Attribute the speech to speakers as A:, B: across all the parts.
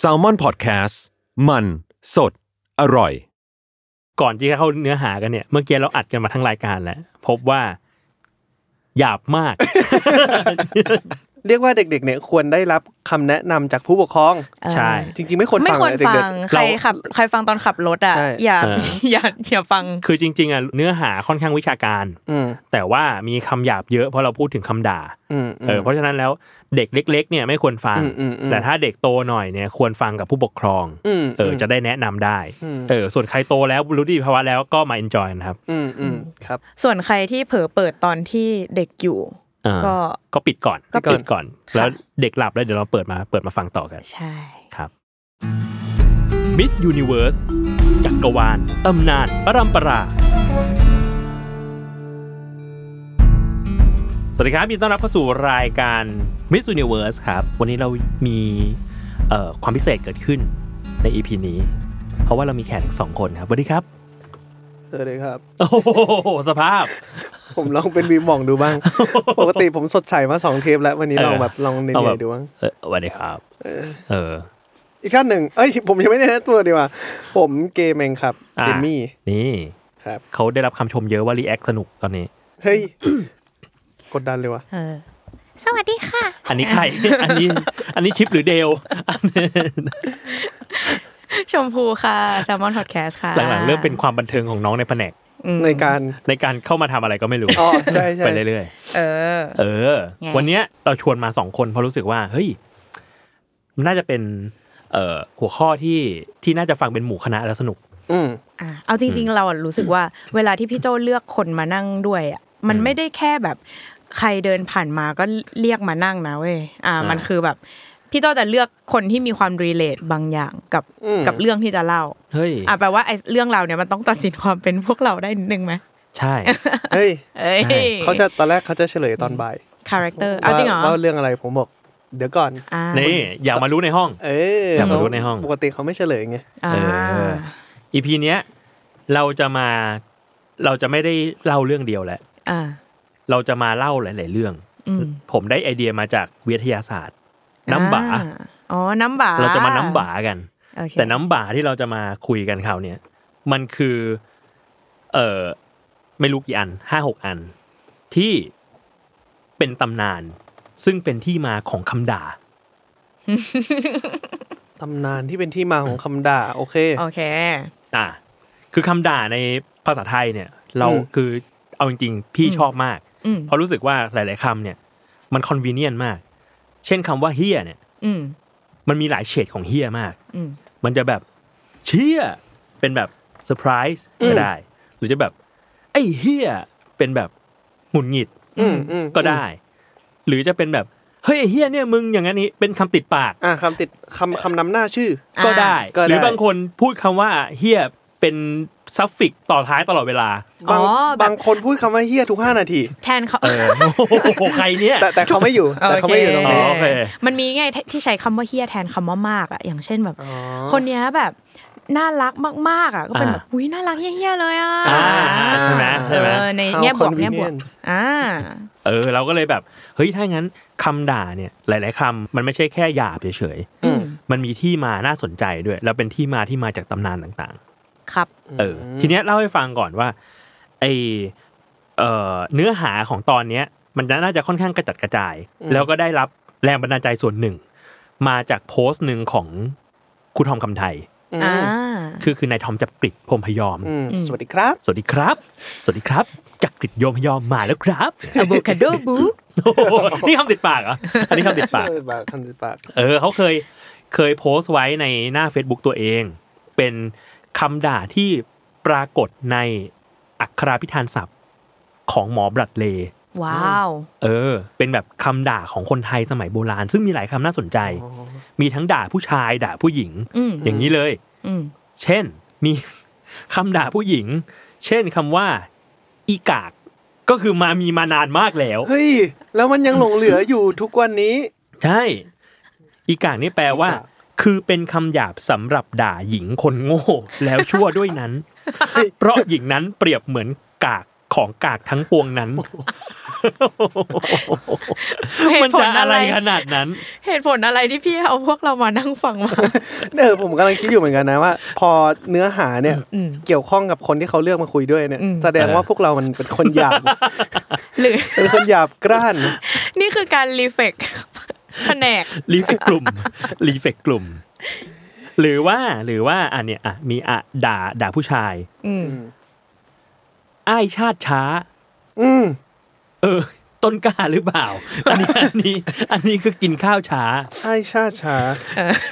A: s a l ม o n PODCAST มันสดอร่อย
B: ก่อนที่จะเข้าเนื้อหากันเนี่ย เมื่อกี้เราอัดกันมาทั้งรายการแล้ว พบว่า หยาบมาก
C: เรียกว่าเด็กๆ เนี่ยควรได้รับคำแนะนำจากผู้ปกครอง
B: ใช่
C: จริงๆ ไม่ควร
D: ไม่
C: ฟัง
D: ควร
C: เลยเด็
D: ฟั
C: ก
D: งใครขับใครฟังตอนขับรถอ่ะ
C: ใช่
D: อย่า
B: เออ
D: อย่า อย่าฟัง
B: คือจริง ๆอ่ะเนื้อหาค่อนข้างวิชาการ
C: ๆ อืม
B: แต่ว่ามีคำหยาบเยอะเพราะเราพูดถึงคำด่า
C: อืมม
B: เออเพราะฉะนั้นแล้วเด็กเล็ก ๆ เนี่ยไม่ควรฟัง
C: อืมอืมอืม
B: แต่ถ้าเด็กโตหน่อยเนี่ยควรฟังกับผู้ปกครอง
C: ม
B: เอออจะได้แนะนำได้เออส่วนใครโตแล้วรู้ที่ภาวะแล้วก็มา enjoy นะครับ
C: อืมอืมครับ
D: ส่วนใครที่เผลอเปิดตอนที่เด็กอยู่
B: อ่า
D: ก็
B: ก็ปิดก่อน
D: ก็ปิด
B: ก่อน แล้ว
D: ค่ะ
B: เด็กหลับแล้วเดี๋ยวเราเปิดมาเปิดมาฟังต่อกัน
D: ใช่
B: ครับ Miss Universe จักรวาล ตำนาน ประรำปรา สวัสดีครับยินดีต้อนรับเข้าสู่รายการ Miss Universe ครับ วันนี้เรามีเอ่อความพิเศษเกิดขึ้นใน EP นี้ เพราะว่าเรามีแขกทั้งสองคนครับสวัสดีครับ
C: เออเลยครับ
B: โอ้โห สภาพ
C: ผมลองเป็นวีมหมองดูบ้าง ปกติผมสดใสมาสองเทปแล้ววันนี้
B: เออ
C: ลองแบบลองเห
B: ต้องแบ
C: นื่อย
B: บ
C: ๆดูบ้าง
B: เออสวัสดีครับ เออ
C: อีกท่านหนึ่งเอ้ยผมยังไม่ได้แนะนำตัวดีกว่า ผมเกมเองครับ
B: อ่ะ
C: เดมี่
B: นี่
C: ครับ
B: เขาได้รับคำชมเยอะว่ารีแอคสนุกตอนนี้
C: เฮ้ย กดดันเลยว่ะ
D: เออ
E: สวัสดีค่ะ
B: อันนี้ใคร อันนี้ อันนี้ชิปหรือเดล
D: ชมพูค่ะแซลมอนพอดแคสต์ค่ะ
B: หลังๆเริ่มเป็นความบันเทิงของน้องในแผนก
D: อืม
C: ในการ
B: ในการเข้ามาทำอะไรก็ไม่รู้
C: อ๋อใช่ใช่
B: ไปเรื่อย
D: เออ
B: ๆ เออ
D: ไง
B: วันเนี้ยเราชวนมาสองคนเพราะรู้สึกว่าเฮ้ยมันน่าจะเป็นเอ่อหัวข้อที่ที่น่าจะฟังเป็นหมู่คณะแล้วสนุก
C: อืม
D: อ่ะเอาจริง ๆ เราอะรู้สึกว่าเวลาที่พี่โจเลือกคนมานั่งด้วยอะมันไม่ได้แค่แบบใครเดินผ่านมาก็เรียกมานั่งนะเว้ยอ่า มันคือแบบ พี่โจจะเลือกคนที่มีความรีเลทบางอย่างกับ
C: อืม
D: กับเรื่องที่จะเล่า
B: เฮ้ย
D: อ่ะแปลว่าไอ้เรื่องเราเนี่ยมันต้องตัดสินความเป็นพวกเราได้นิดนึงไหม
B: ใช่
C: เฮ้ย
D: เอ้ย
B: ใช่
C: เขาจะตอนแรกเขาจะเฉลยตอนบ่าย
D: คาแรคเตอร์เอาจริงเหรอ
C: ว่าว่าเรื่องอะไรผมบอก เดี๋ยวก่อน
D: อ่า
B: นี่อย่ามารู้ในห้อง
C: เอออย
B: อากมารู้ในห้อง
C: ปกติเขาไม่เฉลยไง
D: อ่า
B: เออ อีพีเนี้ยเราจะมาเราจะไม่ได้เล่าเรื่องเดียวแหละ
D: อ่า
B: เราจะมาเล่าหลาย ๆ เรื่อง
D: อืม
B: ผมได้ไอเดียมาจากวิทยาศาสตร์ น้ำบา
D: อ่อ๋อน้ำบา
B: เราจะมาน้ำบากัน
D: โอเค
B: แต่น้ำบ่าที่เราจะมาคุยกันคราวเนี้ยมันคือ เออไม่รู้กี่อันห้าหกอัน ที่เป็นตำนาน ซึ่งเป็นที่มาของคำด่า
C: ตำนานที่เป็นที่มาของคำด่า โอเค
D: โอเค
B: อ่ะคือคำด่าในภาษาไทยเนี่ย เรา
C: อืม
B: คือเอาจริงๆ พี่ชอบมาก
D: อืม
B: เพราะรู้สึกว่าหลาย ๆคำเนี่ย มันคอนเวเนียนมาก เช่นคำว่าเฮียเนี่ย
D: อืม
B: มันมีหลายเฉดของเฮียมาก
D: อืม
B: มันจะแบบเชี่ย เป็นแบบเซอร์ไพรส์ก็ได้ หรือจะแบบ ไอ้เฮียเป็นแบบหงุดหงิด
C: อืมอืม
B: ก็ได้ หรือจะเป็นแบบ เฮ้ยไอ้เฮียเนี่ยมึงอย่างนั้นนี้เป็นคำติดปาก
C: อ่ะคำติดคำคำนำหน้าชื่อ
D: อ่า
B: ก็ได้
C: ก็ได้
B: หรือบางคนพูดคำว่าเฮียเป็นซัฟฟิกต่อท้ายตลอดเวลา
D: อ๋
C: บา
D: องแบบ
C: บางคนพูดคำว่าเฮี้ยทุกห้านา ที
D: แทนเขา
B: เออโอ้โหใครเนี่ย
C: แต่แต่เขาไม่อยู่ แต่เขาไม่อยู่ตรง
B: อ๋
C: นี้
B: อโอเค
D: มันมีไงที่ใช้คำว่าเฮียแทนคำว่ามากอ่ะอย่างเช่นแบบ คนเนี้ยแบบน่ารักมากๆอ่ะก็เป็นแบบอุ้ยน่ารักเฮี้ยๆเลยอ่ะ
B: อ่าใช่ไหมใช่ไหม
D: เออในแง่บวกแง่บวก
C: convenient
D: อ่า
B: เออเราก็เลยแบบ เฮ้ยถ้างั้นคำด่าเนี่ยหลาย ๆคำมันไม่ใช่แค่หยาบเฉย
C: อืม
B: ๆมันมีที่มาน่าสนใจด้วย แล้วเป็นที่มาที่มาจากตำนานต่าง ๆ
D: ครับ
B: เออทีเนี้ยเล่าให้ฟังก่อนว่าไอเอ่อเนื้อหาของตอนเนี้ย มันน่าจะค่อนข้างกระจัดกระจาย แล้วก็ได้รับแรงบันดาลใจส่วนหนึ่ง มาจากโพสต์หนึ่งของครูทอมคำไทย
C: อืม
D: อ่า
B: คือคือนายทอมจักริดพรหมพยอม
C: อืมสวัสดีครับ
B: สวัสดีครับ สวัสดีครับจักริดโยมพยอมมาแล้วครับ
D: อะโวคาโดบุ๊
B: โอ้โหนี่คำติดปากเหรออันนี้คำติดปาก
C: เออปากคำติดปาก
B: เออเขาเคยเคยโพสต์ไว้ในหน้า Facebook ตัวเอง เป็นคำด่าที่ปรากฏในอักขราพิธานศัพท์ของหมอบรัดเลย์
D: ว้าว
B: เออ เป็นแบบคำด่าของคนไทยสมัยโบราณ ซึ่งมีหลายคำน่าสนใจ มีทั้งด่าผู้ชายด่าผู้หญิง
D: อืม
B: อย่างนี้เลย
D: อืม
B: เช่นมี คำด่าผู้หญิง เช่นคำว่า อีกาก ก็คือมามีมานานมากแล้ว
C: เฮ้ย แล้วมันยังหลงเหลืออยู่ทุกวันนี้
B: ใช่ อีกางนี่แปลว่า
C: อีกา
B: คือเป็นคำหยาบสำหรับด่าหญิงคนโง่ แล้วชั่วด้วย นั้น เพราะหญิงนั้นเปรียบเหมือนกากของกากทั้งปวงนั้น
D: เห
B: มั
D: ตุ
B: น
D: ผ
B: จะ
D: ล
B: อะ
D: อะไร ไร
B: ขนาดนั้น
D: เหตุผลอะไรที่พี่เอาพวกเรามานั่งฟัง มา
C: เออผมกำลังคิดอยู่เหมือนกันนะว่า พอเนื้อหาเนี่ย
D: อืม
C: เกี่ยวข้องกับคนที่เขาเลือกมาคุยด้วยเนี่ย
D: อืม
C: แสดงว่า
B: เออ
C: พวกเรามันเป็นคนห ยาบ
D: หรือ
C: เป็นคนหยาบกร้าน
D: นี่คือการรีเฟก แผนก
B: รีเฟกกลุ่ม รีเฟกกลุ่ม หรือว่าหรือว่าอันเนี้ยอ่ะมีอ่ะด่าด่าผู้ชาย
D: อืม
B: อ้ายชาติช้า
C: อืม
B: เออ ต้นกล้าหรือเปล่า อันนี้อันนี้ อันนี้คือกินข้าวช้า
C: ไอ้ชาชา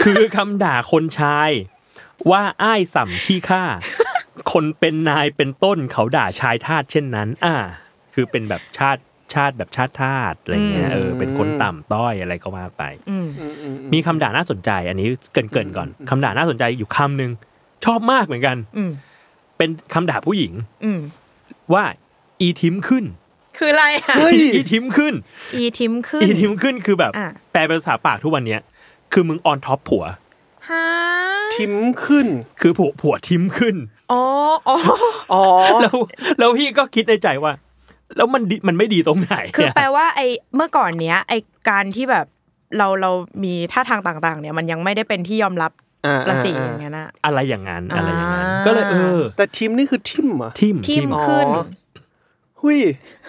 B: คือคำด่าคนชาย ว่าอ้ายสัมขี้ข้าคนเป็นนายเป็นต้นเขาด่าชายทาสเช่นนั้น อ่า คือเป็นแบบชาติชาติแบบชาติทาสอะไรเงี้ยเออเป็นคนต่ำต้อยอะไรก็ว่าไป
D: อืม
B: มีคำด่าน่าสนใจ อันนี้เกรินเกินๆก่อนคำด่าน่าสนใจอยู่คำหนึ่งชอบมากเหมือนกัน
D: อืม
B: เป็นคำด่าผู้หญิง
D: อืม
B: ว่าอีทิมขึ้น
D: คืออะไรอ่ะ
C: เฮ้ย
B: อีทิมขึ้น
D: อีทิมขึ้น
B: อีทิมขึ้นคือแบบ
D: อ่ะ
B: แปลเป็นภาษาปากทุกวันเนี้ยคือมึงออนท็อปผัว
D: ฮะ
C: ทิมขึ้น
B: คือผัวผัวทิมขึ้น
D: อ๋ออ๋อ
C: อ๋อ
B: แล้วแล้วพี่ก็คิดในใจว่า แล้วมันดีมันไม่ดีตรงไหน
D: คือ
B: อะ
D: แปลว่าไอ้เมื่อก่อนเนี้ยไอ้การที่แบบเราเรามีท่าทางต่างๆ เนี่ยมันยังไม่ได้เป็นที่ยอมรับ
C: อ่า
D: ประสี
C: อ่า
D: อย่างเงี้ยนะ
B: อะไรอย่างนั้นอะไรอย่างนั้น
D: อ่า
B: ก็เลยเออ
C: แต่ทิมนี่คือทิมเหรอ่ะ
B: ทิม
D: ทิม
B: ทิม
D: ขึ้น
C: อ๋อ หุย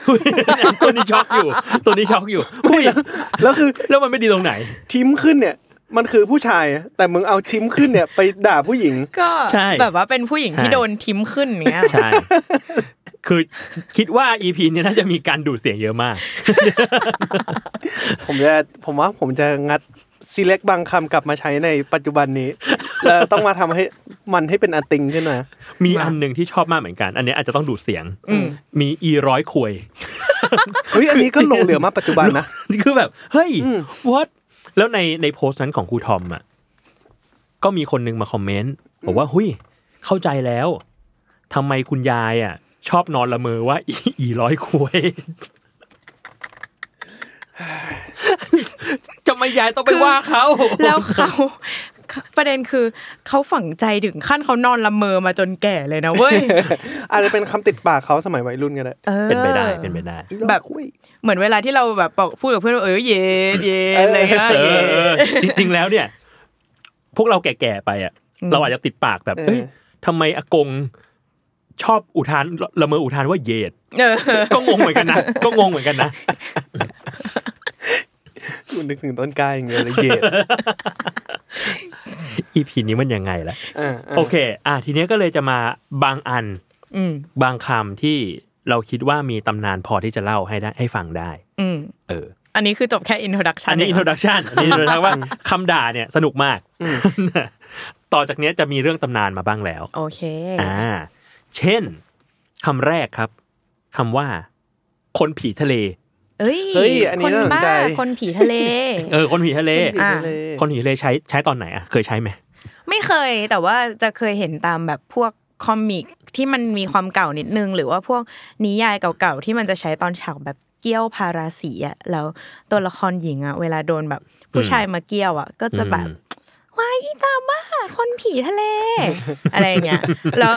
B: ตัวนี้ช็อกอยู่ ตัวนี้ช็อก อยู่อุ้ย
C: แล้วคือ
B: แล้วมันไม่ดีตรงไหน
C: ทิมขึ้นเนี่ย มันคือผู้ชาย แต่มึงเอาทิมขึ้นเนี่ย ไปด่าผู้หญิง
D: ก็
B: ใช่
D: แบบว่าเป็นผู้หญิงที่
B: ใช่
D: โดนทิมขึ้นอย่างเงี้ย
B: ใช่ คือคิดว่าอีพีนี้น่าจะมีการดูดเสียงเยอะมาก
C: ผมจะผมว่าผมจะงัดซีเล็กบางคำกลับมาใช้ในปัจจุบันนี้ แล้วต้องมาทำให้มันให้เป็นอติงขึ้นมา
B: มีอันหนึ่งที่ชอบมากเหมือนกัน อันเนี้ยอาจจะต้องดูดเสียง
D: อืม
B: มีอีร้อยควย
C: เฮ้ยอันนี้ก็หลงเหลือมาปัจจุบันนะ
B: คือแบบ เฮ้ย
C: อืม
B: what แล้วในในโพสต์นั้นของครูทอมอ่ะ ก็มีคนนึงมาคอมเมนต์บอกว่า หุยเข้าใจแล้วทำไมคุณยายอ่ะ ชอบนอนละเมอว่า อีอีร้อยควยจะไม่ยายต้องไปว่าเขา
D: แล้วเขาประเด็นคือเขาฝังใจถึงขั้นเขานอนละเมอมาจนแก่เลยนะเว้ย
C: อาจจะเป็นคำติดปากเขาสมัยวัยรุ่นก็ได้
D: ออ
B: เป็นไปได้เป็นไปได้
D: แบบ
C: อุ้ย
D: เหมือนเวลาที่เราแบบบอกพูดกับเพื่อนว่าเออเย็นเย็ นอะไรเงี้ย
B: เอ
D: เย็
B: อเออน จริงๆแล้วเนี่ย พวกเราแก่ๆไปอ่ะ
D: อืม
B: เราอาจจะติดปากแบบ
C: เออ
B: เอ้ยทำไมอากงชอบอุทานละเมออุทานว่าเหยด
D: เออ
B: ก็งงเหมือนกันนะ ก็งงเหมือนกันนะ
C: คุณนึกถึงต้นกล้าอย่างเดียวเลยเหยยด
B: อีพีนี้มันยังไงล่ะ
C: อ่าๆ
B: โอเค อ่ะทีเนี้ยก็เลยจะมาบางอัน
D: อืม
B: บางคำที่เราคิดว่ามีตำนานพอที่จะเล่าให้ได้ให้ฟังได้
D: อืม
B: เออ
D: อันนี้คือจบแค่อินโทรดักชัน
B: อันนี้อินโทรดักชันอันนี้อินโทรดักชัน ว่าคำด่าเนี่ยสนุกมาก ต่อจากเนี้ยจะมีเรื่องตำนานมาบ้างแล้ว
D: โอเค
B: อ่า เช่นคำแรกครับคำว่า คนผีทะเล
D: เอ้ย
C: เฮ้ยอันนี้
D: คน
C: น่าสน
D: บ้า
C: ใจ
D: คนผีทะเล
B: เออ คนผีทะเล
D: อ่ะ
C: เหยียดเลย
B: คนผีทะเลใช้ใช้ตอนไหนอ่ะ เคยใช้ไหม
D: ไม่เคยแต่ว่าจะเคยเห็นตามแบบพวกคอมิกที่มันมีความเก่านิดนึง หรือว่าพวกนิยายเก่าๆที่มันจะใช้ตอนฉากแบบเกี้ยวพาราสีอะแล้วตัวละครหญิงอะเวลาโดนแบบผู้ชายมาเกี้ยวอะก็จะแบบ
B: อืม
D: ว้ายอีตาบ้าคนผีทะเล อะไรอย่างเงี้ยแล้ว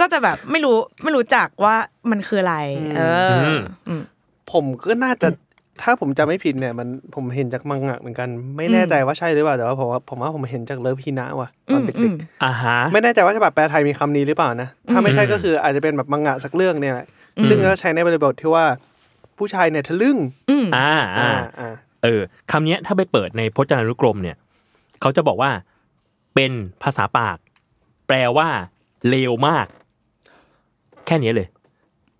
D: ก็จะแบบไม่รู้ไม่รู้จักว่ามันคืออะไร เออออืม
C: ผมก็น่าจะถ้าผมจำไม่ผิดเนี่ย มันผมเห็นจากมังงะเหมือนกัน ไม่แน่ใจว่าใช่หรือเปล่าแต่ว่าผมว่าผมว่าผมเห็นจากเลิฟฮีนะว่ะตอนเด็กๆ
B: อ่าฮะ
C: ไม่แน่ใจว่าฉบับแปลไทยมีคำนี้หรือเปล่านะ ถ้าไม่ใช่
B: อืม
C: ก็คืออาจจะเป็นแบบมังงะสักเรื่องเนี่ยแหละซึ่งก็ใช้ในบริบทที่ว่าผู้ชายเนี่ยทะลึ่ง
B: อ่าอ่า
C: อ่า
B: เออคำเนี้ยถ้าไปเปิดในพจนานุกรมเนี่ยเขาจะบอกว่าเป็นภาษาปาก แปลว่าเลวมาก แค่เนี้ยเลย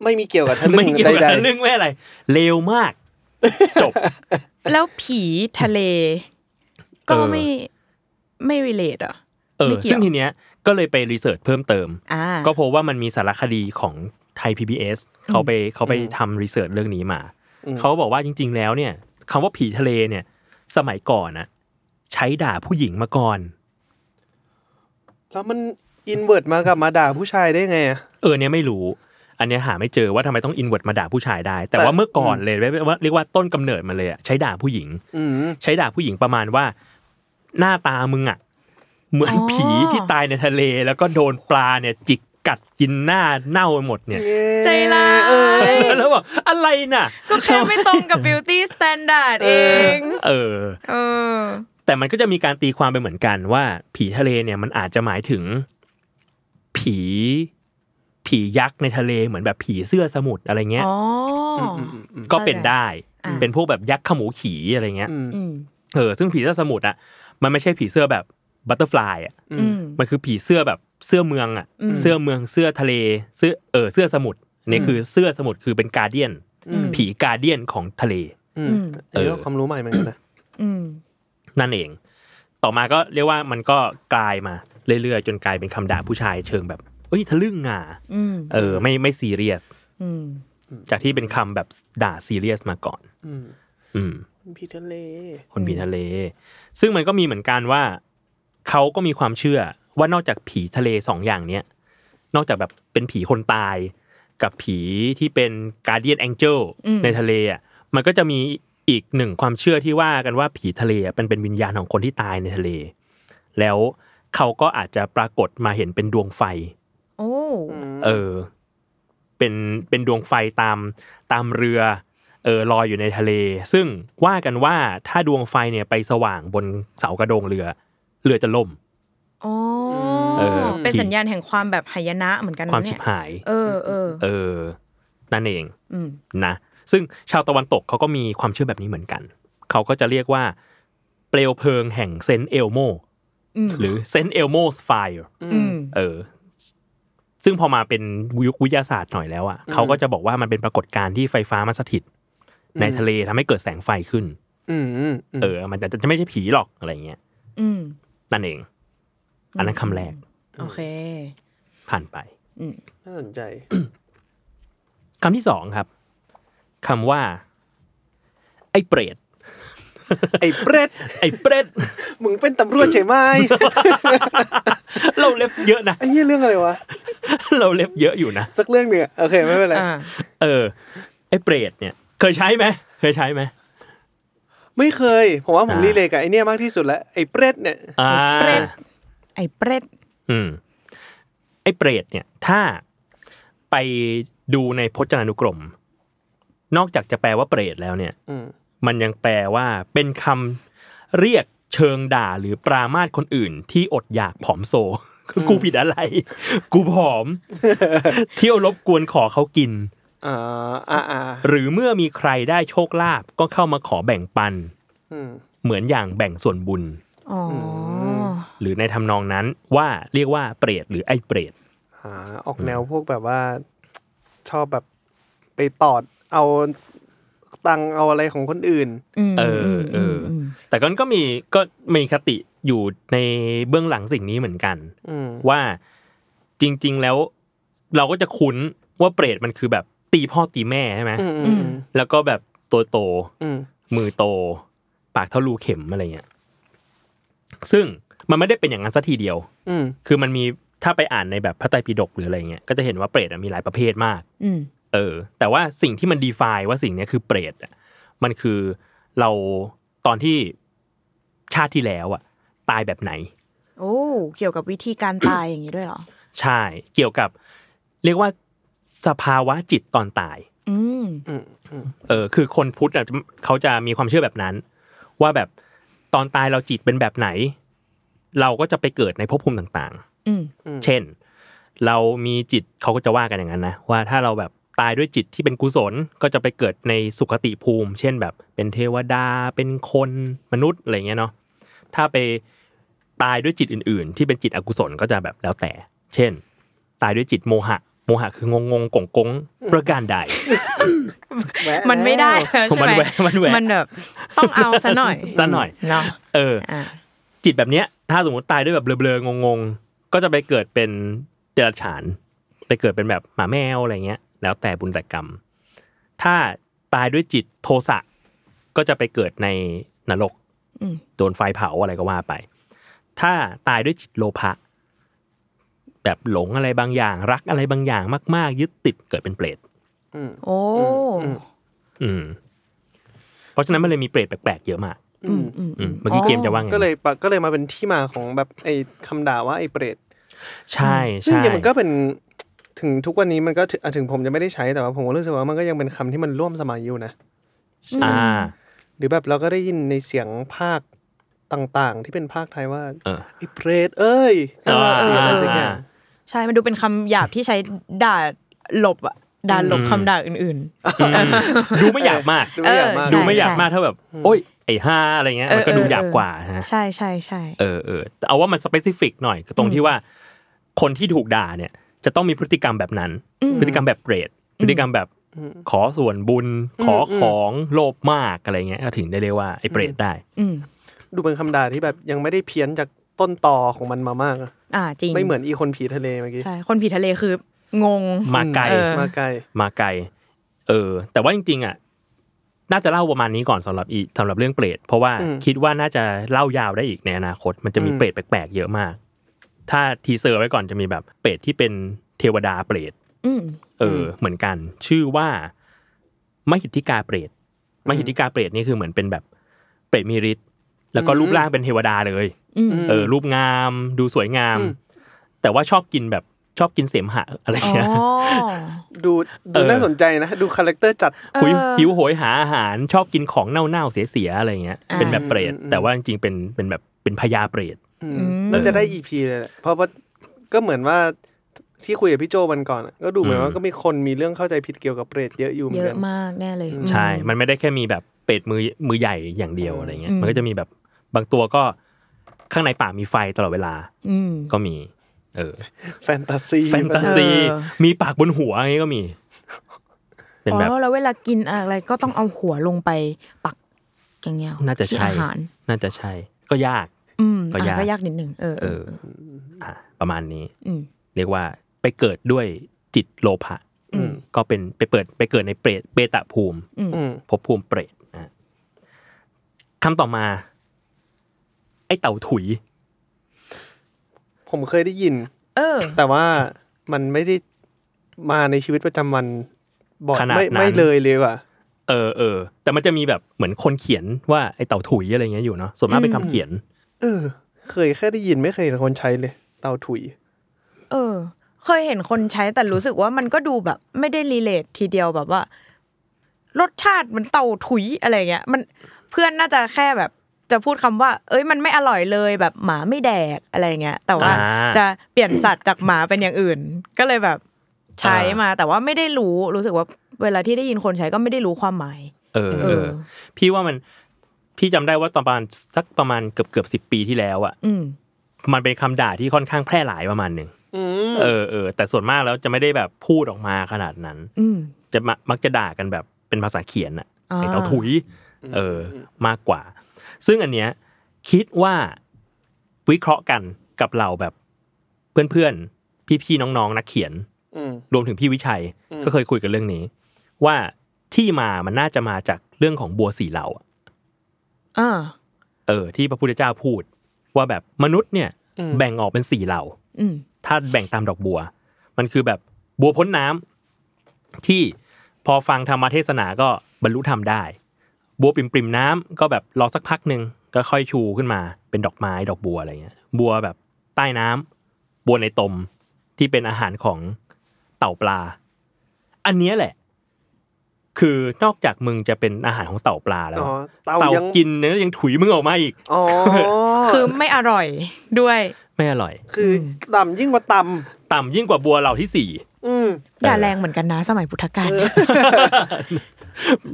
C: ไม่มีเกี่ยวกับทะลึ่
B: ไม่
C: ง
B: เกี่ยว
C: ใด
B: กับเรื่องไม่อะไร เลวมาก จบ
D: แล้วผีทะเล ก็
B: เออ
D: ไม่ไม่รีเลทอ่ะ
B: เอ
D: ไม่
B: อ
D: เกี่ยว
B: ซึ่งทีเนี้ยก็เลยไปรีเสิร์ชเพิ่มเติม
D: อ่า
B: ก็พบว่ามันมีสารคดีของไทย PBS เขาไปเขาไปทำรีเสิร์ชเรื่องนี้มา เขาบอกว่าจริง ๆ แล้วเนี่ยคำว่าผีทะเลเนี่ย สมัยก่อนนะใช้ด่าผู้หญิงมาก่อน
C: ๆแล้วมันอินเวิร์มากับมาด่าผู้ชายได้ไงอ่ะ
B: เออเนี่ยไม่รู้ อันเนี้ยหาไม่เจอว่าทำไมต้องอินเวิร์ดมาด่าผู้ชายได้ แต่
C: แต่
B: ว่าเมื่อก่อนเลยเรียกว่าเรียกว่าต้นกำเนิดมาเลยอะใช้ด่าผู้หญิง
C: อืม
B: ใช้ด่าผู้หญิงประมาณว่า หน้าตามึงอะเหมือน
D: อ๋อ
B: ผีที่ตายในทะเล แล้วก็โดนปลาเนี่ยจิก กัดกินหน้าเน่าไปหมดเนี่ย
D: ใจร้าย
C: เออ
B: แล้วบอกอะไรน่ะ
D: ก็แค่ไม่ตรงกับ beauty standard เอง
B: เออ
D: เออ
B: แต่มันก็จะมีการตีความไปเหมือนกันว่า ผีทะเลเนี่ยมันอาจจะหมายถึง ผี ผียักษ์ในทะเลเหมือนแบบผีเสื้อสมุทรอะไรเงี้ย
D: อ๋อ
B: ก็เป็นได้
D: อ่า
B: เป็นพวกแบบยักษ์ขมูขี่อะไรเงี้ย
C: อืม
D: อืม
B: เออซึ่งผีเสื้อสมุทรอ่ะมันไม่ใช่ผีเสื้อแบบบัตเตอร์ฟลายอ่ะ
D: อืม
B: มันคือผีเสื้อแบบเสื้อเมืองอ่ะ
D: อืม
B: เสื้อเมืองเสื้อทะเลเสื้อเออเสื้อสมุทรนี่คือเสื้อสมุทรคือเป็นการเดียน
C: อืม
B: ผีการเดียนของทะเล
C: อืม
D: อืม
C: เออความรู้ใหม่เหมือนกันนะ
D: อืม
B: นั่นเอง ต่อมาก็เรียกว่ามันก็กลายมาเรื่อยๆ จนกลายเป็นคำด่าผู้ชายเชิงแบบเอ้ยทะลึ่งอ่ะ
D: อืม
B: เออไม่ไม่ซีเรียส
D: อืม
B: จากที่เป็นคำแบบด่าซีเรียสมาก่อน
C: อืม
B: อืม
C: ผีทะเล
B: คนผีทะเล ซึ่งมันก็มีเหมือนกันว่า เขาก็มีความเชื่อว่านอกจากผีทะเลสองอย่างเนี้ยนอกจากแบบเป็นผีคนตาย กับผีที่เป็นการเดียนแองเจิลในทะเลอ่ะมันก็จะมีอีกหนึ่งความเชื่อที่ว่ากันว่าผีทะเลอ่ะเป็นเป็นวิญญาณของคนที่ตายในทะเล แล้วเขาก็อาจจะปรากฏมาเห็นเป็นดวงไฟ
D: โอ้
B: เออ เป็นเป็นดวงไฟตามตามเรือ เออลอยอยู่ในทะเล ซึ่งว่ากันว่าถ้าดวงไฟเนี่ยไปสว่างบนเสากระโดงเรือ เรือจะล่ม
D: โอ้
B: เออ
D: เป็นสัญญาณแห่งความแบบหายนะเหมือนกันนะ
B: ความชิบ
D: เนี่ย
B: หาย
D: เออเออ
B: เออ นั่นเอง
D: อืม
B: นะซึ่งชาวตะวันตกเขาก็มีความเชื่อแบบนี้เหมือนกัน เขาก็จะเรียกว่า เปลวเพลิงแห่งเซนต์เอลโมหรือเซนต์เอลโมสไฟร์
D: อืม
B: เออ ซึ่งพอมาเป็นยุควิทยาศาสตร์หน่อยแล้วอ่ะเขาก็จะบอกว่ามันเป็นปรากฏการณ์ที่ไฟฟ้ามาสถิต ในทะเลทำให้เกิดแสงไฟขึ้น
C: อืมอืม
B: เออ มันจะจะไม่ใช่ผีหรอกอะไรเงี้ย
D: อืม
B: นั่นเอง อันนั้นคำแรก
D: โอเค
B: ผ่านไป
C: น่าสนใจ
B: คำที่สองครับคำว่า ไอ้เปรต
C: ไอ้เปรต
B: ไอ้เปรต
C: มึงเป็นตำรวจใช่ไห ม
B: เราเล็บเยอะนะ
C: ไอ้เหี้ยเรื่องอะไรวะ
B: เราเล็บเยอะอยู่นะ
C: สักเรื่องหนึ่งอะโอเคไม่เป็นไร
D: อ่า
B: เออ ไอ้เปรตเนี่ย เคยใช้ไหมเคยใช้ไหม
C: ไม่เคย ผมว่าผม
B: อ่า
C: รีเลยกับไอเนี้ยมากที่สุดแล้วไอ้เปรตเนี่ย
B: อ่า
D: เปรต ไอ้เปรต
B: อืม ไอ้เปรตเนี่ย ถ้าไปดูในพจนานุกรม นอกจากจะแปลว่าเปรตแล้วเนี่ย
C: อืม
B: มันยังแปลว่าเป็นคำเรียกเชิงด่าหรือปรามาสคนอื่น ที่อดอยากผอมโซ คือกูผิดอะไร กูผอม เที่ยวรบกวนขอเขากิน
C: อ่าอ่าอ่า
B: หรือเมื่อมีใครได้โชคลาภก็เข้ามาขอแบ่งปัน
C: อืม
B: เหมือนอย่างแบ่งส่วนบุญ
D: อ๋อ
B: หรือในทำนองนั้นว่าเรียกว่าเปรตหรือไอ้เปรต
C: อ่าออกแนวพวกแบบว่า ชอบแบบไปตอดเอาตังค์เอาอะไรของคนอื่น
D: อืม
B: เออเอออ แต่ก็ก็มีก็มีคติอยู่ในเบื้องหลังสิ่งนี้เหมือนกัน
C: อืม
B: ว่าจริง ๆ แล้วเราก็จะคุ้นว่าเปรตมันคือแบบตีพ่อตีแม่ใช่ไหม
C: อืมอืม
B: แล้วก็แบบตัวโต
C: อืม
B: มือโต ปากเท่ารูเข็มอะไรเงี้ยซึ่งมันไม่ได้เป็นอย่างนั้นซะทีเดียว
C: อืม
B: คือมันมีถ้าไปอ่านในแบบพระไตรปิฎกหรืออะไรเงี้ยก็จะเห็นว่าเปรตอะมีหลายประเภทมาก
D: อืม
B: เออ แต่ว่าสิ่งที่มันดีฟ n e ว่าสิ่งเนี้ยคือเปรตอะมันคือเราตอนที่ชาติที่แล้วอ่ะ ตายแบบไหน
D: โอ้เกี่ยวกับวิธีการตายอย่างนี้ด้วยเหรอ
B: ใช่ เกี่ยวกับ เรียกว่าสภาวะจิตตอนตาย
D: อืม
C: อืมอืม
B: เออ คือคนพุทธอะเขาจะมีความเชื่อแบบนั้น ว่าแบบตอนตายเราจิตเป็นแบบไหน เราก็จะไปเกิดในภพภูมิต่าง ๆ
D: อืม
B: เช่น เรามีจิตเขาก็จะว่ากันอย่างนั้นนะว่าถ้าเราแบบตายด้วยจิตที่เป็นกุศลก็จะไปเกิดในสุขติภูมิ เช่นแบบเป็นเทวดาเป็นคนมนุษย์อะไรเงี้ยเนาะถ้าไปตายด้วยจิตอื่น ๆ ที่เป็นจิตอกุศลก็จะแบบแล้วแต่ เช่น ตายด้วยจิตโมหะ โมหะคืองงงๆกงกงๆประการใด
C: แวะ
D: มันไม่ได้
C: แล้ว
D: แล้วใช่ไห
B: มันแหวะมันแหวะ
D: มันแบบต้องเอาซะหน่อย
B: ซะหน่อย
D: เนาะ
B: เออ
D: อ่า
B: จิตแบบเนี้ยถ้าสมมติตายด้วยแบบเบลอๆงงๆ ก็จะไปเกิดเป็นเดรัจฉาน ไปเกิดเป็นแบบหมาแมวอะไรเงี้ย แล้วแต่บุญแต่กรรม ถ้าตายด้วยจิตโทสะก็จะไปเกิดในนรก
D: อืม
B: โดนไฟเผาอะไรก็ว่าไป ถ้าตายด้วยจิตโลภะแบบหลงอะไรบางอย่าง รักอะไรบางอย่างมาก ๆ ยึดติดเกิดเป็นเปรต
D: โอ้
C: อืม
B: อืม เพราะฉะนั้นมันเลยมีเปรตแปลกๆเยอะมาก
C: อืม
D: อืม
B: อืมเมื่อกี้เกมจะว่าไง
C: ก็เลยปะก็เลยมาเป็นที่มาของแบบไอ้คำด่าว่าไอ้เปรต
B: ใช่
C: ซึ่ง
B: ใช่
C: จริงๆมันก็เป็น ถึงทุกวันนี้มันก็ถึงอ่ะถึงผมจะไม่ได้ใช้แต่ว่าผมก็รู้สึกว่ามันก็ยังเป็นคำที่มันร่วมสมัยอยู่นะ
B: อ่า
C: หรือแบบเราก็ได้ยินในเสียงภาคต่างๆ ที่เป็นภาคไทยว่า
B: เออ
C: ไอ้เปรตเอ้ย
D: เออเออ
C: หรืออะไรสักอย่าง
D: ใช่ มันดูเป็นคำหยาบที่ใช้ด่าหลบอะด่าหลบคำด่าอื่น
B: อืมดู ไม่หยาบมาก
C: ดูไม่อยากมาก
D: เออ
B: ดูไม่หยาบมากเท่าแบบ โอ้ยไอ้ห้าอะไรเงี้ย
D: เออ
B: มันก็ดู
D: เออ
B: หยาบกว่าฮะ
D: ๆ ใช่ใช่ใช่
B: เออเออแต่เอาว่ามันสเปซิฟิกหน่อยตรงที่ว่าคนที่ถูกด่าเนี่ย จะต้องมีพฤติกรรมแบบนั้น พฤติกรรมแบบเปรตพฤติกรรมแบบขอส่วนบุญ ขอของโลภมากอะไรเงี้ยก็ถึงได้เรียกว่าไอ้เปรตได้
D: อืม
C: ดูเป็นคำด่าที่แบบยังไม่ได้เพี้ยนจากต้นต่อของมันมามากอะ
D: อ่าจริง
C: ไม่เหมือนอีคนผีทะเลเมื่อกี้
D: ใช่คนผีทะเลคืองง
B: มาไกล
D: เออ
C: มาไกล
B: มาไกล เออ แต่ว่าจริงๆอ่ะ น่าจะเล่าประมาณนี้ก่อนสำหรับอีสำหรับเรื่องเปรต เพราะว่า
C: อืม
B: คิดว่าน่าจะเล่ายาวได้อีกในอนาคต มันจะมี
C: อืม
B: เปรตแปลกๆเยอะมาก ถ้าทีเซอร์ไว้ก่อนจะมีแบบเปรตที่เป็นเทวดาเปรต
D: อืม
B: เอออเหมือนกัน ชื่อว่ามหิทธิกาเปรตมหิทธิกาเปรตนี่คือเหมือนเป็นแบบเปรตมีฤทธิ์แล้วก็รูปร่างเป็นเทวดาเลย
D: อืม
B: เออ รูปงามดูสวยงาม แต่ว่าชอบกินแบบชอบกินเสมหะอะไร
D: อ๋อ
B: เงี้ย
C: ดูดู
B: เออ
C: น่าสนใจนะ ดูคาแรคเตอร์จัด
B: หิวหิวโหยหาอาหารชอบกินของเน่าๆเสียๆอะไรเงี้ย
D: อ่า
B: เป็นแบบเปรต
C: อืมอืม
B: แต่ว่าจริงๆเป็นเป็นแบบเป็นพญาเปรต
C: อืม
D: อืม
C: น่าจะได้อีพีเลยแหละเพราะว่าก็เหมือนว่าที่คุยกับพี่โจวันก่อนอะก็ดูเหมือนว่า
B: อืม
C: ก็มีคนมีเรื่องเข้าใจผิดเกี่ยวกับเปรตเยอะอยู่เหมือ
D: เย
C: น
D: อะ
C: กัน
D: มากแน่เลย
B: ใช่ มันไม่ได้แค่มีแบบเปรตมือมือใหญ่อย่างเดียวอะไรเงี้ย
D: อืม
B: มันก็จะมีแบบบางตัวก็ข้างในป่ามีไฟตลอดเวลา
D: อืม
B: ก็มีเออ
C: แฟนตาซี
B: แฟนตาซี
D: เออ
B: มีปากบนหัวอย่างงี้ก็มี เป็น
D: อ๋
B: แบบ
D: อแล้วเวลากินอะไรก็ต้องเอาหัวลงไปปักอย่างเงี้ย
B: น่าจะ
D: ที่
B: ใช่
D: อาหาร
B: น่าจะใช่ ก็ยาก
D: อืม
B: ก็ยาก
D: อ่ะก็ยากนิดหนึ่งเออ
B: เอออ่ะประมาณนี้
D: อืม
B: เรียกว่าไปเกิดด้วยจิตโลภะ
D: อืม
B: ก็เป็นไปเปิดไปเกิดในเปรตเปตะภูมิ
C: อืม
B: ภพภูมิเปรตนะฮะคำต่อมา ไอ้เต่าถุย
C: ผมเคยได้ยิน
D: เออ
C: แต่ว่ามันไม่ได้มาในชีวิตประจำวันบอก
B: ขนาด
C: ไม่
B: นั้น
C: ไม่เลยเลยว่ะ
B: เออเออแต่มันจะมีแบบเหมือนคนเขียนว่าไอ้เต่าถุยอะไรเงี้ยอยู่เนาะส่วนมากเป็นคำเขียน
C: เออ เคยแค่ได้ยินไม่เคยเห็นคนใช้เลย เตาถุย
D: เออ เคยเห็นคนใช้แต่รู้สึกว่ามันก็ดูแบบไม่ได้รีเลททีเดียวแบบว่า รสชาติเหมันเต่าถุยอะไรเงี้ย มันเพื่อนน่าจะแค่แบบ จะพูดคำว่า เอ้ยมันไม่อร่อยเลยแบบหมาไม่แดกอะไรเงี้ย แต่ว่า
B: อ่า
D: จะเปลี่ยนสัตว์จากหมาเป็นอย่างอื่น ก็เลยแบบใช้
B: อ่าม
D: มา แต่ว่าไม่ได้รู้รู้สึกว่าเวลาที่ได้ยินคนใช้ก็ไม่ได้รู้ความหมาย
B: เออเอ
D: เอ
B: อ
D: อ
B: พี่ว่ามันพี่จำได้ว่าตอนประมาณสักประมาณเกือบเกือบสิบปีที่แล้วอะ
D: อืม
B: มันเป็นคำด่าที่ค่อนข้างแพร่หลายประมาณหนึ่งเออเออแต่ส่วนมากแล้วจะไม่ได้แบบพูดออกมาขนาดนั้น
D: อืม
B: จะมามักจะด่ากันแบบเป็นภาษาเขียนอะ
D: อ่า
B: ไอเต่าถุย เอออมากกว่า ซึ่งอันเนี้ยคิดว่าวิเคราะห์กันกับเราแบบเพื่อนๆ พี่ๆน้องๆนักเขียน
C: อืม
B: รวมถึงพี่วิชัยก็เคยคุยกันเรื่องนี้ ว่าที่มามันน่าจะมาจากเรื่องของบัวสีเหล่าอะ
D: อ่า
B: เออที่พระพุทธเจ้าพูด ว่าแบบมนุษย์เนี่ย แบ่งออกเป็นสี่เหล่า
D: อืม
B: ถ้าแบ่งตามดอกบัว มันคือแบบบัวพ้นน้ำที่พอฟังธรรมเทศนาก็บรรลุธรรมได้ บัวปริมปริมน้ำก็แบบรอสักพักหนึ่งก็ค่อยชูขึ้นมาเป็นดอกไม้ดอกบัวอะไรเงี้ย บัวแบบใต้น้ำบัวในตมที่เป็นอาหารของเต่าปลา อันเนี้ยแหละ คือนอกจากมึงจะเป็นอาหารของเต่าปลาแล้ว
C: อ๋อ
B: อะ
C: เต่า
B: เต่า
C: ยัง
B: กินเนื้อยังถุยมึงออกมาอีก
C: อ๋อ
D: คือไม่อร่อยด้วย
B: ไม่อร่อย
C: คือต่ำยิ่งกว่าต่ำ
B: ต่ำยิ่งกว่าบัวเหล่าที่สี่
C: อืม
D: ด่า
B: เออ
D: แรงเหมือนกันนะสมัยพุทธกาลเนี่ย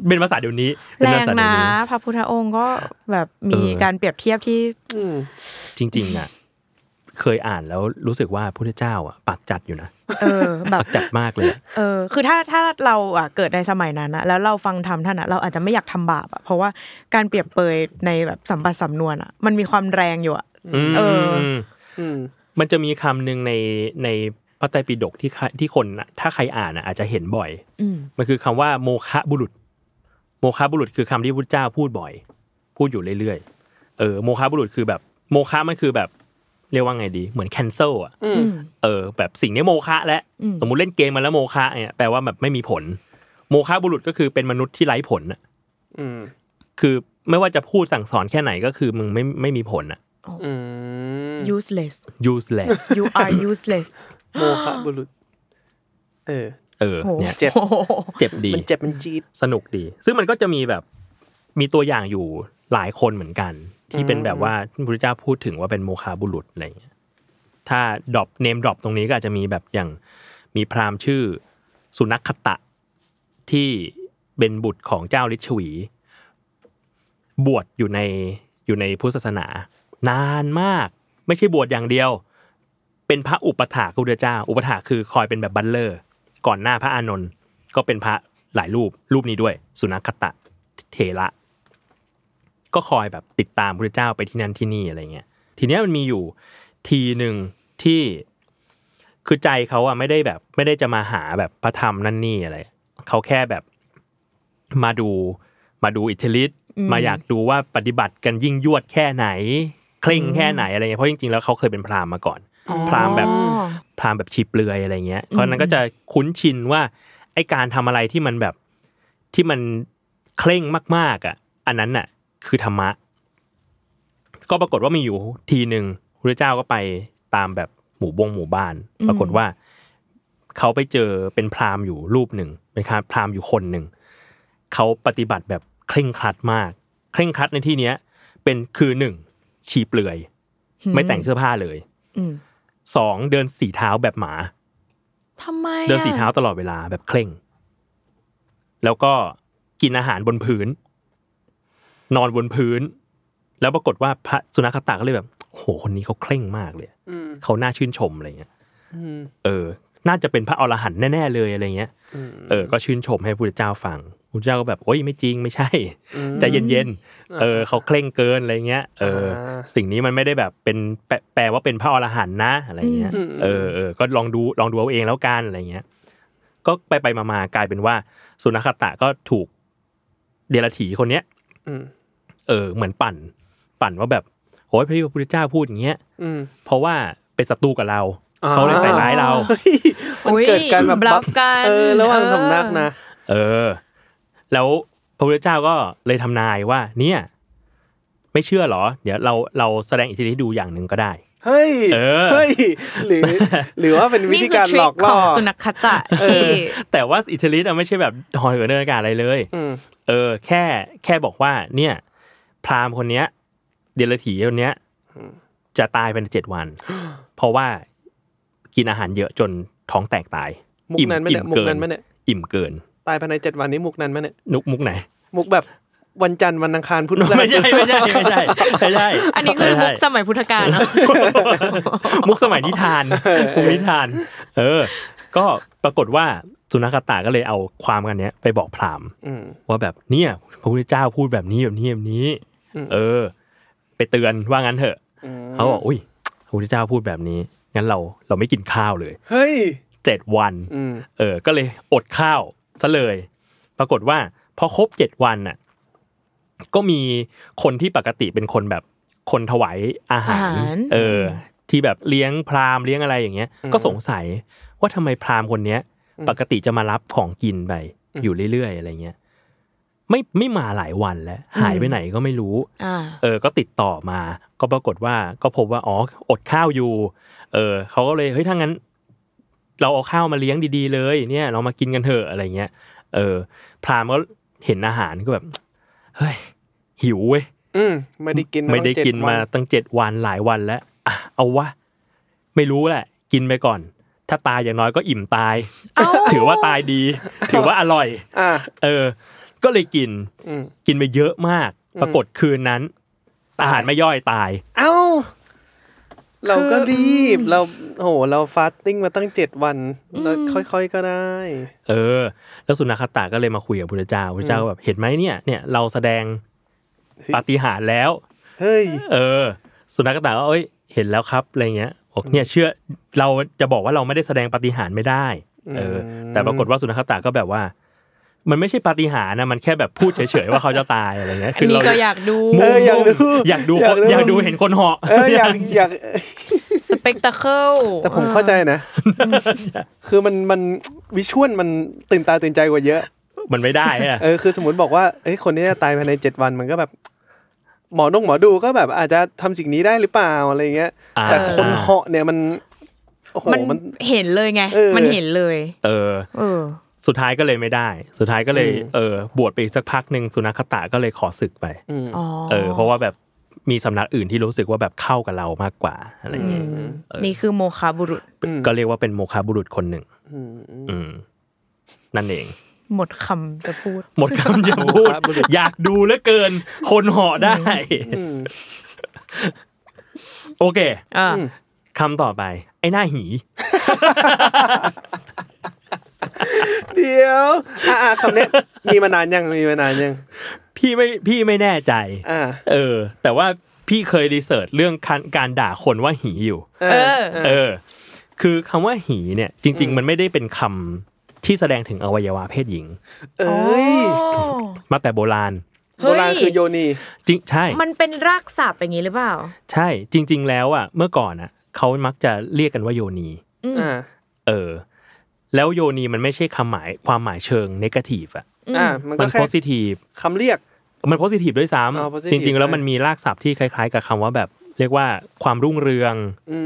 B: เป็นภาษาเดี๋ยวนี้เป็
D: แร
B: ภาง ษาเดี๋ย
D: นะ
B: ว
D: พระพุทธองค์ก็แบบมี
B: เออ
D: การเปรียบเทียบที่
C: อืม
B: จริงๆอ่ะ เคยอ่านแล้วรู้สึกว่าพระพุทธเจ้าอ่ะปากจัดอยู่นะ
D: เออ แบบ
B: ปากจัดมากเลย
D: เออ คือถ้าถ้าเราอ่ะเกิดในสมัยนั้นนะแล้วเราฟังธรรมท่านอ่ะเราอาจจะไม่อยากทำบาปอ่ะเพราะว่าการเปรียบเปรยในแบบสัมปัสำนวนอ่ะมันมีความแรงอยู่อ่ะ
B: อื
D: เอ
B: ม
D: อ
C: อืม
B: มันจะมีคำหนึ่งในในพระไตรปิฎกที่ใครที่คนน่ะถ้าใครอ่านอ่ะอาจจะเห็นบ่อย
D: อืม
B: มันคือคำว่าโมฆะบุรุษ โมฆะบุรุษคือคำที่พระพุทธเจ้าพูดบ่อย พูดอยู่เรื่อยๆเออโมฆะบุรุษคือแบบโมฆะมันคือแบบเรียกว่าไงดีเหมือนแคนเซิลอ่ะ
C: อืม
B: เออแบบสิ่งนี้โมฆะและ
D: อืม
B: สมมติเล่นเกมมาแล้วโมฆะเนี่ยแปลว่าแบบไม่มีผล โมฆะบุรุษก็คือเป็นมนุษย์ที่ไร้ผลน่ะ
C: อืม
B: คือไม่ว่าจะพูดสั่งสอนแค่ไหนก็คือมึงไม่ไม่มีผลอะ
C: อืม
D: useless
B: useless
D: you are useless
C: โมฆะบุรุษ เออ
B: เออ
D: โอ้โห
B: เนี่ย
C: เจ็บ
D: โอ้โห
B: เจ็บดี
C: มันเจ็บมันจี๊ด
B: สนุกดี ซึ่งมันก็จะมีแบบมีตัวอย่างอยู่หลายคนเหมือนกัน ที่เป็น
C: อืม
B: แบบว่าที่พระพุทธเจ้าพูดถึงว่าเป็นโมคาบุรุษอะไรอย่างเงี้ยถ้าดรอปเนมดรอปตรงนี้ก็อาจจะมีแบบอย่างมีพราหมณ์ชื่อสุนัขคตะที่เป็นบุตรของเจ้าลิชวี บวชอยู่ในอยู่ในพุทธศาสนา นานมาก ไม่ใช่บวชอย่างเดียว เป็นพระอุปถากพระพุทธเจ้า อุปถากคือคอยเป็นแบบบัลเลอร์ ก่อนหน้าพระอานนท์ก็เป็นพระหลายรูปรูปนี้ด้วย สุนัขคตะเทระ ก็คอยแบบติดตามพระพุทธเจ้าไปที่นั่นที่นี่อะไรเงี้ยทีเนี้ยมันมีอยู่ทีหนึ่งที่คือใจเขาอะไม่ได้แบบ ไม่ได้จะมาหาแบบพระธรรมนั่นนี่อะไรเขาแค่แบบมาดูมาดูอิทธิฤทธิ์มาอยากดูว่าปฏิบัติกันยิ่งยวดแค่ไหน เคร่งแค่ไหนอะไรเงี้ยเพราะจริงๆแล้วเขาเคยเป็นพราหมณ์มาก่อน พราหมณ์แบบ
D: อ๋อ
B: พราหมณ์แบบชีเปลือยอะไรเงี้ย เพราะฉะนั้นก็จะคุ้นชินว่าไอการทำอะไรที่มันแบบที่มันเคร่งมากๆอ่ะ อันนั้นน่ะ คือธรรมะ ก็ปรากฏว่ามีอยู่ทีหนึ่งพระเจ้าก็ไปตามแบบหมู่บงหมู่บ้าน
D: อืม
B: ปรากฏว่าเขาไปเจอเป็นพราหมณ์อยู่รูปหนึ่งเป็นพราหมณ์อยู่คนหนึ่งเขาปฏิบัติแบบเคร่งครัดมาก เคร่งครัดในที่เนี้ย เป็นคือหนึ่งชีเปลือย ไม่แต่งเสื้อผ้าเลย
D: อืม
B: สองเดินสีเท้าแบบหมา
D: ทำไมอะ
B: เดินสีเท้าตลอดเวลาแบบเคร่ง แล้วก็กินอาหารบนพื้น นอนบนพื้น แล้วปรากฏว่าพระสุนัขตาก็เลยแบบโหคนนี้เขาเคร่งมากเลย
C: อืม
B: เขาน่าชื่นชมอะไรเงี้ย
C: อืม
B: เออ น่าจะเป็นพระอรหันต์แน่ๆเลยอะไรเงี้ย
C: อืม
B: เออก็ชื่นชมให้พระพุทธเจ้าฟังพระพุทธเจ้าก็แบบโอ้ยไม่จริงไม่ใช่
C: อืม
B: ใจเย็นๆ เออเขาเคร่งเกินอะไรเงี้ย เออ
C: อ่า
B: สิ่งนี้มันไม่ได้แบบเป็นแปลแปลว่าเป็นพระอรหันต์นะอะไรเงี้ย
C: อืมอืม
B: เออเออก็ลองดูลองดูเอาเองแล้วกันอะไรเงี้ย ก็ไปไปๆมากลายเป็นว่า สุนัขตะก็ถูกเดรัจฉีคนเนี้ย
C: อืม
B: เออเหมือนปั่น ปั่นว่าแบบโอ้ยพระพุทธเจ้าพูดอย่างเงี้ย
C: อืม
B: เพราะว่าเป็นศัตรูกับเรา
C: อ๋อ
B: เขาเลยใส่ร้ายเรา
C: เฮ้ยมันเกิดการแบบ
D: บลัฟกัน
C: เออระหว่าง
D: เออ
C: สำนักนะ
B: เออ แล้วพระพุทธเจ้าก็เลยทำนายว่า เนี่ย ไม่เชื่อเหรอ เดี๋ยวเราเราแสดงอิทธิฤทธิ์ให้ดูอย่างหนึ่งก็ได้
C: เฮ้ย
B: เออ
C: เฮ้ย หรือหรือว่าเป็นวิธี
D: นี่คือ
C: การ
D: ทริ
C: หล
D: ค
C: อกล่
D: ข
C: อ
D: องสุนัขคตะที่
B: แต่ว่าอิตาลีอะไม่ใช่แบบหอยเหินเดินอากาศอะไรเลย
C: อืม
B: เออ แค่แค่บอกว่า เนี่ย พราหมณ์คนเนี้ย เดรัจฉีคนเนี้ยจะตายภายในเจ็ดวัน เพราะว่ากินอาหารเยอะจนท้องแตกตาย
C: มุก
B: อิ่ม
C: นั้นไหม
B: อิ่
C: เนี่
B: ม
C: ยมุก
B: เกิน
C: นั้นไหมเนี่ย
B: อิ่มเกิน
C: ตายภายในเจ็ดวันนี้มุกนั้นไหมเนี่ย
B: นุกมุกไหน
C: มุกแบบวันจันทร์วันอังคารพุธพฤหัส
B: ไม่ใช่ไม่ใช่ไม่ใช่ไม่ใช่
D: อันนี้คือ
B: ไใช่
D: มุกสมัยพุทธกาลเนอะ
B: มุกสมัยนิ ทานมุกนิทาน เออ ก็ปรากฏว่าสุนัขตาก็เลยเอาความกันเนี้ยไปบอกพราหมณ์
C: อืม
B: ว่าแบบเนี่ย พระพุทธเจ้าพูดแบบนี้แบบนี้แบบนี้
C: อืม
B: เออ ไปเตือนว่างั้นเถอะ
C: อืม
B: เขาบอกอุ้ยพระพุทธเจ้าพูดแบบนี้งั้นเราเราไม่กินข้าวเลย
C: เฮ้ย
B: เจ็ดวัน
C: อืม
B: เออ ก็เลยอดข้าวซะเลย ปรากฏว่าพอครบเจ็ดวันน่ะ ก็มีคนที่ปกติเป็นคนแบบคนถวายอาหาร
D: อาหาร
B: เออ ที่แบบเลี้ยงพราหมณ์เลี้ยงอะไรอย่างเงี้ย ก็สงสัยว่าทำไมพราหมณ์คนเนี้ย ปกติจะมารับของกินไปอยู่เรื่อยๆอะไรเงี้ย ไม่ไม่มาหลายวันแล้ว หายไปไหนก็ไม่รู้
D: อ่า
B: เออ ก็ติดต่อมา ก็ปรากฏว่าก็พบว่า อ๋อ อดข้าวอยู่ เออ เขาก็เลย เฮ้ย ถ้างั้น เราเอาข้าวมาเลี้ยงดีๆ เลย เนี่ย เรามากินกันเถอะ อะไรเงี้ย เออ พราหมณ์ก็เห็นอาหารก็แบบ เฮ้ย หิวเว้ย
C: อืมไม่ได้กิน
B: ไม่ได้กินมา
C: ตั้งเจ็ดวั
B: ตั้งเจ็ดวันหลายวันแล้วอ่ะเอาวะ ไม่รู้แหละ กินไปก่อน ถ้าตายอย่างน้อยก็อิ่มตาย
D: เอ้า
B: ถือว่าตายดี ถือว่าอร่อย
C: อ่ะ
B: เออ ก็เลยกิน
C: อืม
B: กินไปเยอะมาก
C: อืม
B: ปรากฏคืนนั้น อาหารไม่ย่อยตาย
C: เอ้า เราก็
D: คือ
C: รีบเราโหเราฟาสติ้งมาตั้งเจ็ดวันแล้วค่อยๆก็ได้
B: เออ แล้วสุนัขตาก็เลยมาคุยกับพุทธเจ้าพุทธเจ้าก็แบบเห็นไหมเนี่ย เนี่ยเราแสดงปาฏิหาริย์แล้ว
C: เฮ้ย
B: เออ สุนัขตาก็เอ้ยเห็นแล้วครับอะไรเงี้ยบอกเนี่ยเชื่อเราจะบอกว่าเราไม่ได้แสดงปาฏิหาริย์ไม่ได้ เออ
C: อืม
B: แต่ปรากฏว่าสุนัขตาก็แบบว่า มันไม่ใช่ปาฏิหาริย์นะมันแค่แบบพูดเฉยๆว่าเขาจะตายอะไรเงี้ย
D: อันนี้
B: เรา
D: ก็อยากดู
B: มุ่
C: เองออยากดู
B: อยากดูคนอาย
C: อยากกดู
B: ดูเห็นคนเหาะ
C: เอออยากอยาก
D: สเปกตาเคิล
C: แต่ผมเข้าใจนะ คือมันมันวิชวลมันตื่นตาตื่นใจกว่าเยอะ
B: มันไม่ได้อะ
C: เออคือสมมติบอกว่าเอ้ยคนนี้จะตายภายในเจ็ดวันมันก็แบบ หมอนงหมอดูก็แบบอาจจะทำสิ่งนี้ได้หรือเปล่าอะไรเงี้ย
B: อ่า
C: แต่คนเหาะเนี่ยมัน โอ้โห
D: มัน
C: มัน
D: เห็นเลยไง
C: เออ
D: มันเห็นเลย
B: เออ
D: เออ
B: สุดท้ายก็เลยไม่ได้ สุดท้ายก็เลย
C: อืม
B: เออบวชไปอีกสักพักหนึ่งสุนัขคตะก็เลยขอศึกไป
C: อืม
D: อ๋อ
B: เออ เพราะว่าแบบมีสำนักอื่นที่รู้สึกว่าแบบเข้ากับเรามากกว่าอะไรอย่างเงี้ยเออ
D: นี่คือโมคาบุรุษ
B: ก็เรียกว่าเป็นโมฆะบุรุษคนหนึ่ง
C: อืม
B: อืม นั่นเอง
D: หมดคำจะพูด
B: หมดคำจะพูด อยากดูเหลือเกิน คนเหาะได้
C: อืม
B: โอเค
D: เอออ
B: คำต่อไป ไอ้หน้าหี
C: เดี๋ยวอ่ะอ่ะคำเนี้ยมีมานานยังมีมานานยัง
B: พี่ไม่พี่ไม่แน่ใจ
C: อ่า
B: เออ แต่ว่าพี่เคยรีเสิร์ชเรื่องการการด่าคนว่าหีอยู่
C: เอ
D: เอ
C: อ
D: อ
B: เออ คือคำว่าหีเนี่ย จริง ๆ มันไม่ได้เป็นคำที่แสดงถึงอวัยวะเพศหญิง
C: เอ้ย
D: โอ้
B: มาแต่โบราณ
C: โบราณคือโยนี
B: จริงใช่
D: มันเป็นรากศัพท์อย่างนี้หรือเปล่า
B: ใช่ จริง ๆ แล้วอ่ะ เมื่อก่อนอ่ะเขามักจะเรียกกันว่าโยนี
C: อ่า
B: เออ แล้วโยนีมันไม่ใช่คำหมายความหมายเชิงนกาทีฟอ่ะ
C: อ่า มัน
B: มั
C: ก็
B: น
C: แค่
B: โพ i ิทีฟ
C: คำเรียก
B: มันโพ i ิทีฟด้วยซ้
C: อ๋อ
B: ำ
C: positive
B: จริง ๆ แล้วมัน
C: อ่ะ
B: มีรากศัพท์ที่คล้าย ๆ กับคำว่าแบบ เรียกว่าความรุ่งเรือง
C: อื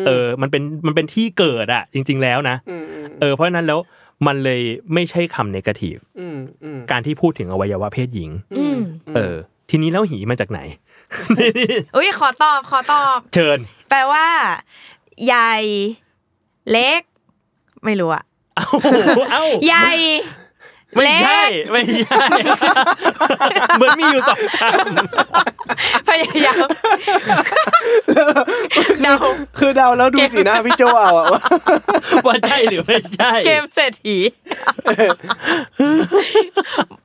C: ม
B: เออ มันเป็น มันเป็นที่เกิดอ่ะ จริง ๆ แล้วนะ
C: มอืม
B: เออ เพราะฉะนั้นแล้วมันเลยไม่ใช่คำนกาทีฟ
C: อืมอืม
B: การที่พูดถึงอวัยวะเพศหญิง
D: อืม
B: เออ ทีนี้แล้วหีมาจากไหน
D: อุ้ยขอตอบขอตอบ
B: เชิญ
D: แปลว่า ใหญ่ เล็ก ไม่รู้อะ
B: เอ้าเอ้า
D: ใหญ่
B: ไม่
D: เล็
B: ใช่
D: ก
B: ไม่ใช่ เหมือนมีอยู่สองค
D: พยายามเดา
C: คือเดาแล้วดูสีหน้าพี่โจเอาอะ ว่า
B: ำว่าใช่หรือไม่ใช่
D: เกมเศรษฐี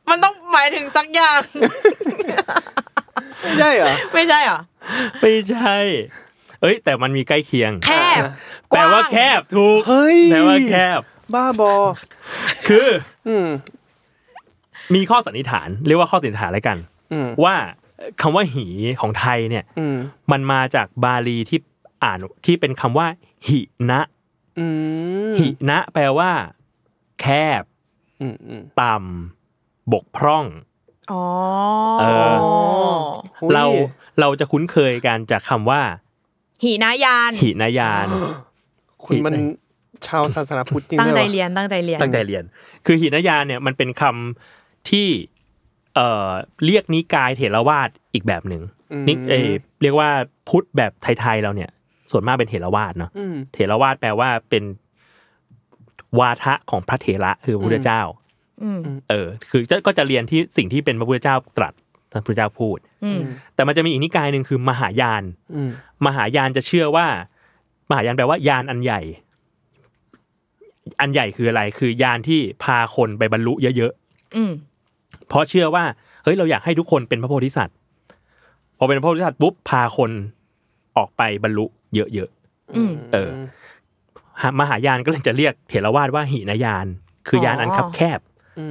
D: มันต้องหมายถึงสักอย่าง
C: ไม่ใช่เหรอ
D: ไม่ใช่เหรอ
B: ไม่ใช่ เอ้ย แต่มันมีใกล้เคียง
D: แคบ
B: แปลว่าก
D: ง
B: แคบถูก
C: เฮ้ย
B: แปลว่าแคบ
C: บ้าบอ
B: คือ
C: อืม
B: มีข้อสันนิษฐาน เรียกว่าข้อสันนิษฐานอะไรกัน
C: อืม
B: ว่าคำว่าหีของไทยเนี่ย
C: อืม
B: มันมาจากบาลีที่อ่านที่เป็นคำว่า หินะ
C: อืม
B: หินะ แปลว่า แคบ
C: อืมอืม
B: ต่ำบกพร่อง
D: อ๋อ
B: เอ
C: อ หุ้ย
B: เราเราจะคุ้นเคยกันจากคำว่า
D: หีนายาน
B: หินายาน
C: คุณมันชาวศาสนาพุทธจริง
D: ตั้ง
C: ด้ว
D: ใจ
C: วะ
D: เรียนตั้งใจเรียน
B: ตั้งใจเรียน คือหินายานเนี่ยมันเป็นคำที่เอ่อเรียกนิกายเถรวาทอีกแบบหนึ่งนิเอยเรียกว่าพุทธแบบไทยๆเราเนี่ย ส่วนมากเป็นเถรวาทเนาะ
C: อืม
B: เถรวาทแปลว่าเป็นวาทะของพระเถระคือพระพุทธเจ้า
D: อืม
B: เออ คือจะก็จะเรียนที่สิ่งที่เป็นพระพุทธเจ้าตรัสพระพุทธเจ้าพูด
D: อืม
B: แต่มันจะมีอีกนิกายหนึ่งคือ มหายาน
C: อืม
B: มหายานจะเชื่อว่า มหายานแปลว่ายานอันใหญ่ อันใหญ่คืออะไร คือยานที่พาคนไปบรรลุเยอะ
D: อืม
B: ๆ เพราะเชื่อว่าเฮ้ยเราอยากให้ทุกคนเป็นพระโพธิสัตว์ พอเป็นพระโพธิสัตว์ปุ๊บพาคนออกไปบรรลุเยอะ
D: อืม
B: ๆเออหามหายานก็เลยจะเรียกเถรวาทว่าหินายาน คืออ
D: อ
B: ยานอันคับแคบ
C: อื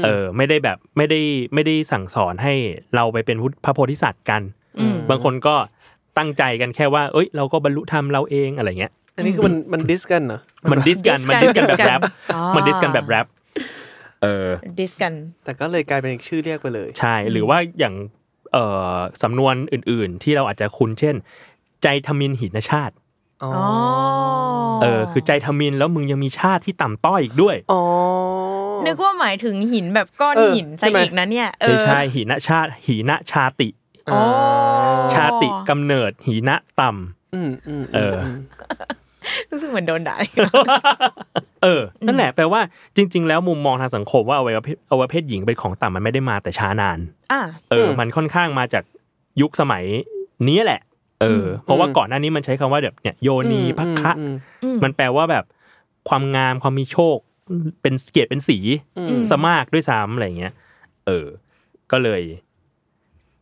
C: ม
B: เออ ไม่ได้แบบไม่ได้ไม่ได้สั่งสอนให้เราไปเป็นพระโพธิสัตว์กัน
D: อืม
B: บางคนก็ตั้งใจกันแค่ว่า เอ้ย เราก็บรรลุธรรมเราเองอะไรเงี้ย
C: อันนี้คือมันมันดิสกันเหรอ
B: มันดิสกัน มันดิสกันแบบแรป
D: อ๋อ
B: มันดิสกันแบบแรป เออ
D: ดิสกัน
C: แต่ก็เลยกลายเป็นอีกชื่อเรียกไปเลย
B: ใช่ หรือว่าอย่าง เอ่อ สำนวนอื่น ๆ ที่เราอาจจะคุ้น เช่น ใจทมินหินชาติ
C: อ๋อ
D: อ๋อ
B: เออ คือใจทมินแล้วมึงยังมีชาติที่ต่ำต้อยอีกด้วย
C: อ๋อ
D: นึกว่าหมายถึงหินแบบก้อน
C: เออ
D: หินซะ
C: ใช่ไหม
D: อีกนะเนี่ย เอ
B: ไม่
D: อ
B: ใช่หินชาติ หินชาติ
D: โอ้
B: ชาติกำเนิด หินต่ำ
C: อืมอืมม
B: เออ
D: รู้สึกเหมือนโดนด่า
B: เออ นั่นแหละแปลว่าจริง ๆ แล้วมุมมองทางสังคมว่าอวัยวะเพศอวัยวะเพศหญิงเป็นของต่ำมันไม่ได้มาแต่ช้านาน
D: อ่ะ
B: เอออ
C: ม
B: มันค่อนข้างมาจากยุคสมัยนี้แหละ เอออ เพราะว่าก่อนหน้านี้มันใช้คำว่าแบบเนี่ยโยนี
C: อืม
B: พักคะ
C: อืม
D: อืม
B: มันแปลว่าแบบความงามความมีโชค เป็นเกียรติเป็นสีสมากด้วยซ้ำอะไรเงี้ย เออ ก็เลย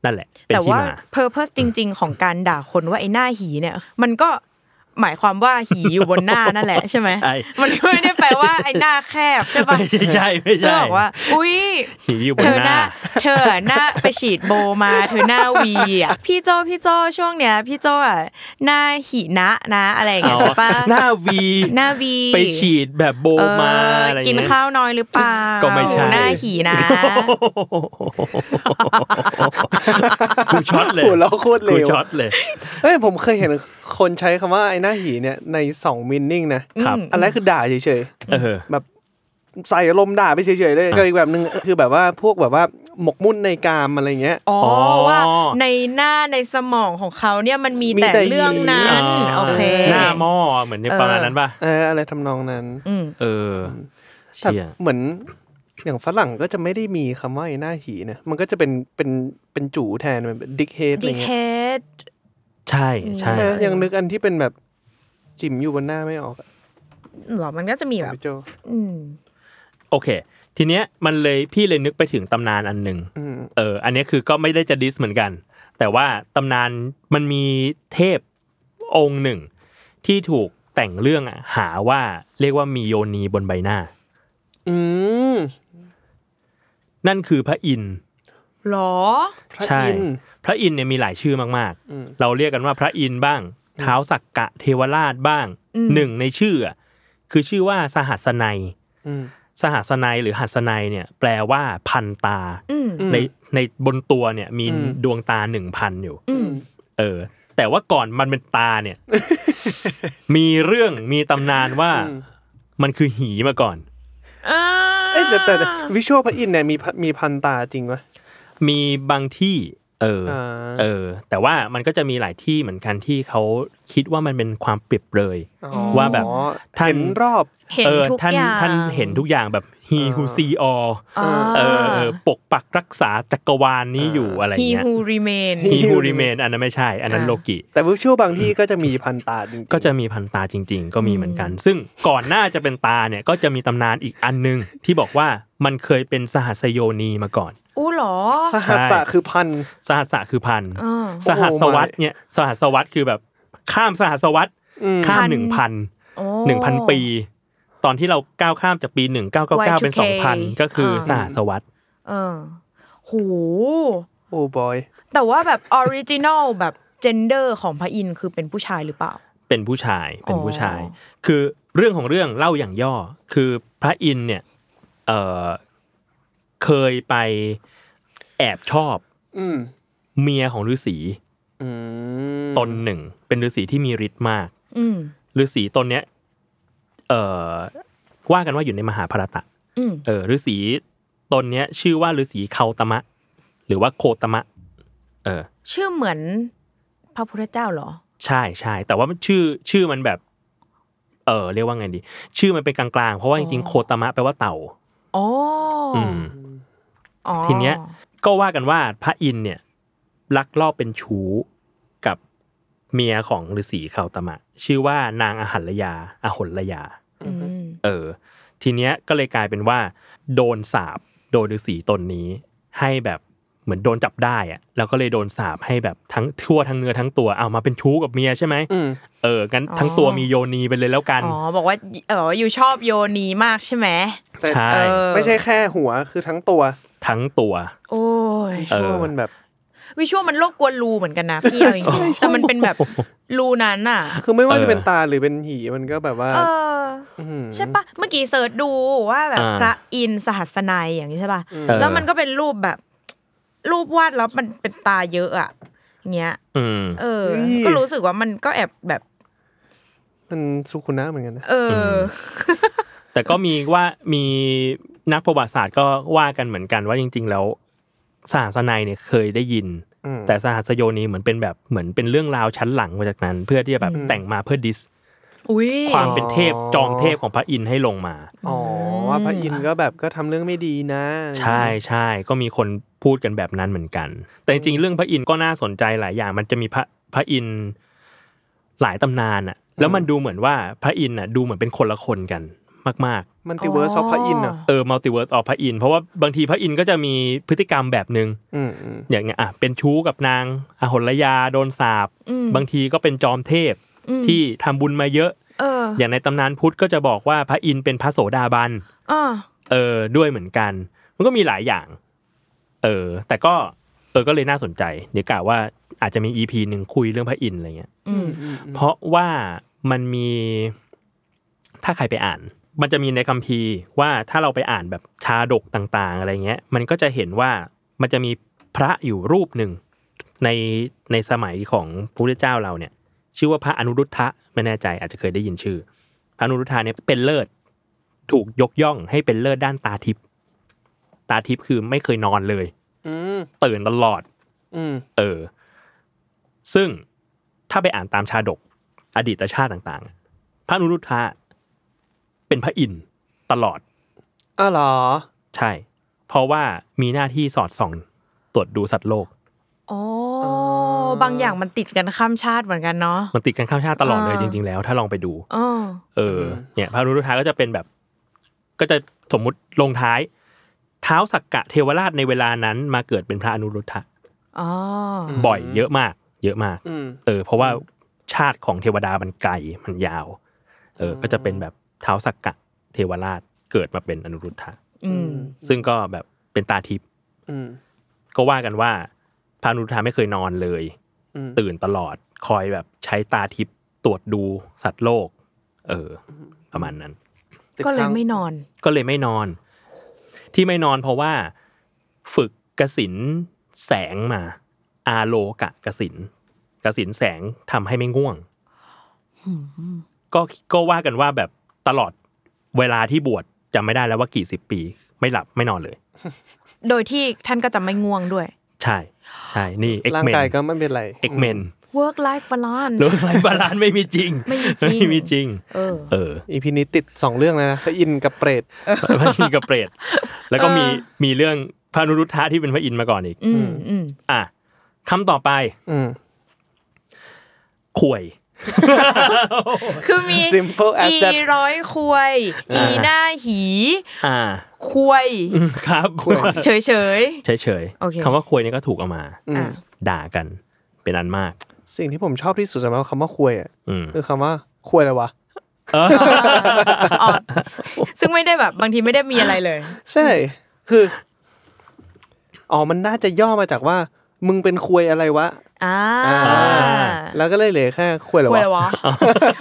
B: นั่นแหละ เป็น
D: แต่
B: ที่
D: ว่า
B: มา
D: purpose จริง ๆ ของการด่าคนว่าไอ้หน้าหีเนี่ย มันก็หมายความว่าหีอยู่บนหน้านั่นแหละใช่ไหม
B: ใช่
D: มันก็ไม่ได้แปลว่าไอ้หน้าแคบใช่ปะ
B: ไม่ใช่ใช่ไม่
D: ก็
B: ใช่
D: บอกว่า อุ้ย
B: หีอยู่บ
D: เธ
B: น
D: อ
B: ห
D: ห
B: น้า
D: น้าเธอหน้าไปฉีดโบมา เธอหน้าวีอ่ะ พี่โจพี่โจช่วงเนี้ย พี่โจอ่ะหน้าหินะนะอะไรอย่างเงี้ยใช่ปะ
B: หน้าวี
D: หน้าวี
B: ไปฉีดแบบโบ
D: เออ
B: มาอะไร
D: กิน
B: เงี้ย
D: ข้าวน้อยหรือเปล่า
B: ก็ไม่ใช่
D: หน้าหี นะ
B: กูช็อตเลย
C: หัวเราะโคตรเร็ว
B: กูช็อตเลย
C: เอ้ยผมเคยเห็นคนใช้คำว่าไอ้ หน้าหีเนี่ยในสองมินนิ่งนะครับ อันแรกคือด่าเฉย
B: เออ
C: ๆใส่อารมณ์ด่าไปเฉยๆเลยก็อีกแบบหนึ่งคือแบบว่าพวกแบบว่าหมกมุ่นในกามอะไรเงี้ย
D: อ๋อ
B: อ
D: ว่าในหน้าในสมองของเขาเนี่ยมันมี
C: มี
D: แต่
C: แต่
D: เรื่องนั้
C: หี
D: นโอเค
B: หน้าหม้อเหมือนประมาณนั้นป่ะ
C: เอออะไรทำนองนั้น
D: อืม
B: เออ
C: แต่
B: เชี่ย
C: เหมือนอย่างฝรั่งก็จะไม่ได้มีคำว่าไอ้หน้าหีนะมันก็จะเป็นเป็นเป็นจู่แทนเป็นดิกเฮดอะไร
D: ดี
C: เงี้ย
D: เคท
B: ใช่ใช่
D: เออ
C: ยังนึกอันที่เป็นแบบจิ๋มอยู่บนหน้าไม่ออกอะ
D: หรอมันก็จะมีแบบ
C: พี่โจ
D: อืม
B: โอเค ทีเนี้ยมันเลยพี่เลยนึกไปถึงตำนานอันหนึ่ง
C: อืม
B: เออ อันเนี้ยคือก็ไม่ได้จะดิสเหมือนกัน แต่ว่าตำนานมันมีเทพองค์หนึ่ง ที่ถูกแต่งเรื่องอะหาว่าเรียกว่ามีโยนีบนใบหน้า
C: อืม
B: นั่นคือพระอินทร์
D: หรอ
C: พระ
B: ใช่
C: อินทร์
B: พระอินทร์เนี่ยมีหลายชื่อมาก
C: อืม
B: ๆ เราเรียกกันว่าพระอินทร์บ้างเท้าวสักกะเทวราชบ้าง
D: อืม
B: หนึ่งในชื่ออะคือชื่อว่าสหัสนัย
C: อืม
B: สหัสนัยหรือหัสนัยเนี่ยแปลว่าพันตา
D: อืม
C: อืม
B: ในในบนตัวเนี่ยมี
C: อืม
B: ดวงตาหนึ่งพันอยู่
D: อืม
B: เออ แต่ว่าก่อนมันเป็นตาเนี่ย มีเรื่องมีตำนานว่ามันคือหีมาก่อน
D: อ่า
C: เอ้ยแต่แต่แต่วิชวลพระอินทร์เนี่ยมีพระมีพันตาจริงปะ
B: มีบางที่ เอออ
C: อ่า
B: เออ แต่ว่ามันก็จะมีหลายที่เหมือนกันที่เขาคิดว่ามันเป็นความเปรียบเลย ว่าแบบท่าน
C: เห็นรอบ
D: เห็น
B: เออ
D: ทุก
B: ท่าน
D: อย่าง
B: ท่านเห็นทุกอย่างแบบ he who see all
D: อ่า
B: เออเออปกปักรักษาจักรวาลนี้อยู่อะไร
D: ฮี
B: เงี้ย
D: ฮูรีเมน
B: he who remain อันนั้นไม่ใช่ อันนั้น
D: อ่า
B: โลกิ
C: แต่วิชวลบางที่ก็จะมีพันตาจริงๆ
B: ก็จะมีพันตาจริง ๆ ก็มีเหมือนกัน ซึ่งก่อนหน้าจะเป็นตาเนี่ยก็จะมีตำนานอีกอันหนึง ที่บอกว่ามันเคยเป็นสหัสโยนีมาก่อน
D: อู้หรอ
C: สหัสสะคือพัน
B: สหัสะคือพัน
D: อ่า
B: สหัสวัตเนี่ยสหัสวัตคือแบบข้ามสหัสวัต
C: อืม
B: ข้ามหนึ่งพัน
D: โอ้
B: หนึ่งพันปี ตอนที่เราก้าวข้ามจากปี 1999 เป็น
D: Y2K
B: 2,000 ก็คือสหัสวัต
D: เออโห
C: โอ้บอย
D: แต่ว่าแบบออริจินอลแบบเจนเดอร์ของพระอินทร์คือเป็นผู้ชายหรือเปล่า
B: เป็นผู้ชายเป็นผู้ชาย
D: อ๋อ
B: คือเรื่องของเรื่องเล่าอย่างย่อคือพระอินทร์เนี่ยเอ่อเคยไปแอบชอบ
C: อืม
B: เมียของฤาษี
C: อืม
B: ตนหนึ่ง เป็นฤาษีที่มีฤทธิ์มาก
D: อืม
B: ฤาษีตนเนี้ยเอ่อว่ากันว่าอยู่ในมหาภารตะ
D: อืม
B: เออฤาษีตนเนี้ย ชื่อว่าฤาษีเคาตมะ หรือว่าโคตมะ เออ
D: ชื่อเหมือนพระพุทธเจ้าเหรอ
B: ใช่ใช่แต่ว่ามันชื่อชื่อมันแบบ เออเรียกว่าไงดี ชื่อมันเป็นกลางๆ เพราะว่าจริงๆโคตมะแปลว่าเต่า
D: อ๋ออ
B: อืม
D: อ๋อ
B: ทีเนี้ย ก็ว่ากันว่าพระอินทร์เนี่ยลักลอบเป็นชู้กับเมียของฤาษีเคาตมะ ชื่อว่านางอหัลยาอหลยา
D: อืม
B: เออ ทีเนี้ยก็เลยกลายเป็นว่า โดนสาบโดยฤาษีตนนี้ ให้แบบเหมือนโดนจับได้อะแล้วก็เลยโดนสาบให้แบบทั้งทั่วทั้งเนื้อทั้งตัวเอามาเป็นชู้กับเมียใช่ไหม
C: อืม
B: เอองั้น
D: อ๋อ
B: ทั้งตัวมีโยนีไปเลยแล้วกัน
D: อ๋อ บอกว่า เอออยู่ชอบโยนีมากใช่ไหม
C: แต่
B: ใช่
D: เออ
C: ไม่ใช่แค่หัวคือทั้งตัว
B: ทั้งตัว
D: โอ้ย
C: วิชวลมันแบบ
D: วิชวลมันโลกกวนรูเหมือนกันนะพี่เอาจริงๆแต่มันเป็นแบบรูนั้นน่ะ
C: คือไม่ว่า
B: เออ
C: จะเป็นตาหรือเป็นหีมันก็แบบว่า
D: เออ
C: ม
D: ใช่ปะเมื่อกี้เสิร์ชดูว่าแบบ
B: อ่า
D: พระอินทร์สหัสนัยอย่างนี้ใช่ปะ
B: เออ
D: แล้วมันก็เป็นรูปแบบ รูปวาดแล้วมันเป็นตาเยอะอ่ะอย่างเงี้ย
B: อืม
D: เออ ก็รู้สึกว่ามันก็แอบแบบ
C: มันสุขุนะเหมือนกันนะ
D: เออ
B: แต่ก็มีว่ามีนักประวัติศาสตร์ก็ว่ากันเหมือนกันว่าจริง ๆ แล้วสหสนัยเนี่ยเคยได้ยิน
C: อืม
B: แต่สหสโยนีเหมือนเป็นแบบเหมือนเป็นเรื่องราวชั้นหลังมาจากนั้น เพื่อที่จะแบบแต่งมาเพื่อดิส
D: อุ้ย
B: ความเป็นเทพจอมเทพของพระอินทร์ให้ลงมา
C: อ๋อว่าพระอินทร์ก็แบบก็ทำเรื่องไม่ดีนะ
B: ใช่ใช่ก็มีคนพูดกันแบบนั้นเหมือนกัน แต่จริงๆเรื่องพระอินทร์ก็น่าสนใจหลายอย่าง มันจะมีพระพระอินทร์หลายตำนานอะแล้วมันดูเหมือนว่าพระอินทร์อะดูเหมือนเป็นคนละคนกันมาก
C: มันติเวอร์ซอฟพระอินทร์อ่ะ
B: ๆเออมัลติเวิร์สออพระอินทร์เพราะว่าบางทีพระอินทร์ก็จะมีพฤติกรรมแบบหนึ่ง
C: อืมอืม
B: อย่างเงี้ยอ่ะเป็นชู้กับนางอหลยาโดนสาบ
D: บั
B: บางทีก็เป็นจอมเทพที่ทำบุญมาเยอะ
D: เออ
B: อย่างในตำนานพุทธก็จะบอกว่าพระอินทร์เป็นพระโสดาบัน
D: อ่า
B: เออด้วยเหมือนกัน มันก็มีหลายอย่าง เออ แต่ก็เออก็เลยน่าสนใจ เดี๋ยวกะว่าอาจจะมีอีพีหนึ่งคุยเรื่องพระอินทร์อะไรเงี้ย
D: อืม
C: อืมอืม
B: เพราะว่ามันมีถ้าใครไปอ่าน มันจะมีในคัมภีร์ว่าถ้าเราไปอ่านแบบชาดกต่างๆ อะไรเงี้ย มันก็จะเห็นว่ามันจะมีพระอยู่รูปหนึ่งในในสมัยของพระพุทธเจ้าเราเนี่ย ชื่อว่าพระอนุรุทธะไม่แน่ใจอาจจะเคยได้ยินชื่อพระอนุรุทธะเนี่ยเป็นเลิศ ถูกยกย่องให้เป็นเลิศด้านตาทิพย์ตาทิพย์คือไม่เคยนอนเลย
C: อืม
B: ตื่นตลอด
C: อืม
B: เออ ซึ่งถ้าไปอ่านตามชาดก อดีตชาติต่างๆ พระอนุรุทธะเป็นพระอินทร์ตลอด
C: อ้าวเหรอ
B: ใช่ เพราะว่ามีหน้าที่สอดส่องตรวจดูสัตว์โลก
D: โอ้
C: อ๋อ
D: บางอย่างมันติดกันข้ามชาติเหมือนกันเนาะ
B: มันติดกันข้ามชาติตลอดเลย
D: อ่า
B: จริง ๆ แล้ว ถ้าลองไปดู
D: อ๋อ
B: เออ เนี่ย พระอนุรุทธะก็จะเป็นแบบ ก็จะสมมุติลงท้าย เท้าวสักกะเทวราชในเวลานั้นมาเกิดเป็นพระอนุรุทธะ
D: อ๋อ
C: ม
B: บ่อยเยอะมาก เยอะมาก
C: อืม
B: เออเพราะว่าชาติของเทวดามันไกลมันยาว เอออ
C: ม
B: ก็จะเป็นแบบเท้าวสักกะเทวราชเกิดมาเป็นอนุรุทธะ
D: อืม
B: ซึ่งก็แบบเป็นตาทิพย์
C: อืม
B: ก็ว่ากันว่าพระอนุรุทธะไม่เคยนอนเลย
C: อืม
B: ตื่นตลอดคอยแบบใช้ตาทิพย์ตรวจดูสัตว์โลก เออ ประมาณนั้น
D: ก็เลยไม่
C: ติด
D: นอน
B: ก็เลยไม่นอน ที่ไม่นอนเพราะว่า ฝึกกสินแสงมา อาโลกะกสินกสินแสงทำให้ไม่ง่วง ก็ก็ว่ากันว่าแบบตลอดเวลาที่บวชจำไม่ได้แล้วว่ากี่สิบปี ไม่หลับไม่นอนเลย
D: โดยที่ท่านก็จะไม่ง่วงด้วย
B: ใช่ ใช่นี่เอ็ก
C: ร่าง
B: เมน
C: กายก็ไม่เป็นไร
B: เอ็กเมน
D: work life balance
B: หรืออะไรบาลานซ์ไม่มีจริง
D: ไม่มีจริง
B: ไม่มีจริง
D: เออ
B: เออ
C: อีพีนี้ติดสองเรื่องเลยนะพระอินทร์กับเปรต
B: พระอินทร์กับเปรต แล้วก็มีมีเรื่องพระอนุรุทธะที่เป็นพระอินทร์มาก่อนอีก
D: อืมอืม
B: อ่ะคำต่อไป
C: อืม
B: ข่วย
D: คือมี
C: simple as
D: อี
C: that
D: ร้อยควยอีหน้าหี
B: อ่า
D: ควย
B: อืมครับ
D: เฉยเฉย
B: เฉยเฉยๆ
D: โอเค
B: คำว่าข่วยเนี่ยก็ถูกเอามา
D: ๆอ่ะ
B: ด่ากันเป็นอันมาก
C: สิ่งที่ผมชอบที่สุดสำหรับคำว่าควยอ่ะ
B: อืม
C: คือคำว่าควยอะไรวะ
D: ออดซึ่งไม่ได้แบบบางทีไม่ได้มีอะไรเลย
C: ใช่คืออ๋อมันน่าจะย่อมาจากว่า มึงเป็นควยอะไรวะ
D: อ่า
C: อ่า แล้วก็เลยเหลือแค่ควยอะไร
D: ควยเหรอ
C: วะ
D: วะ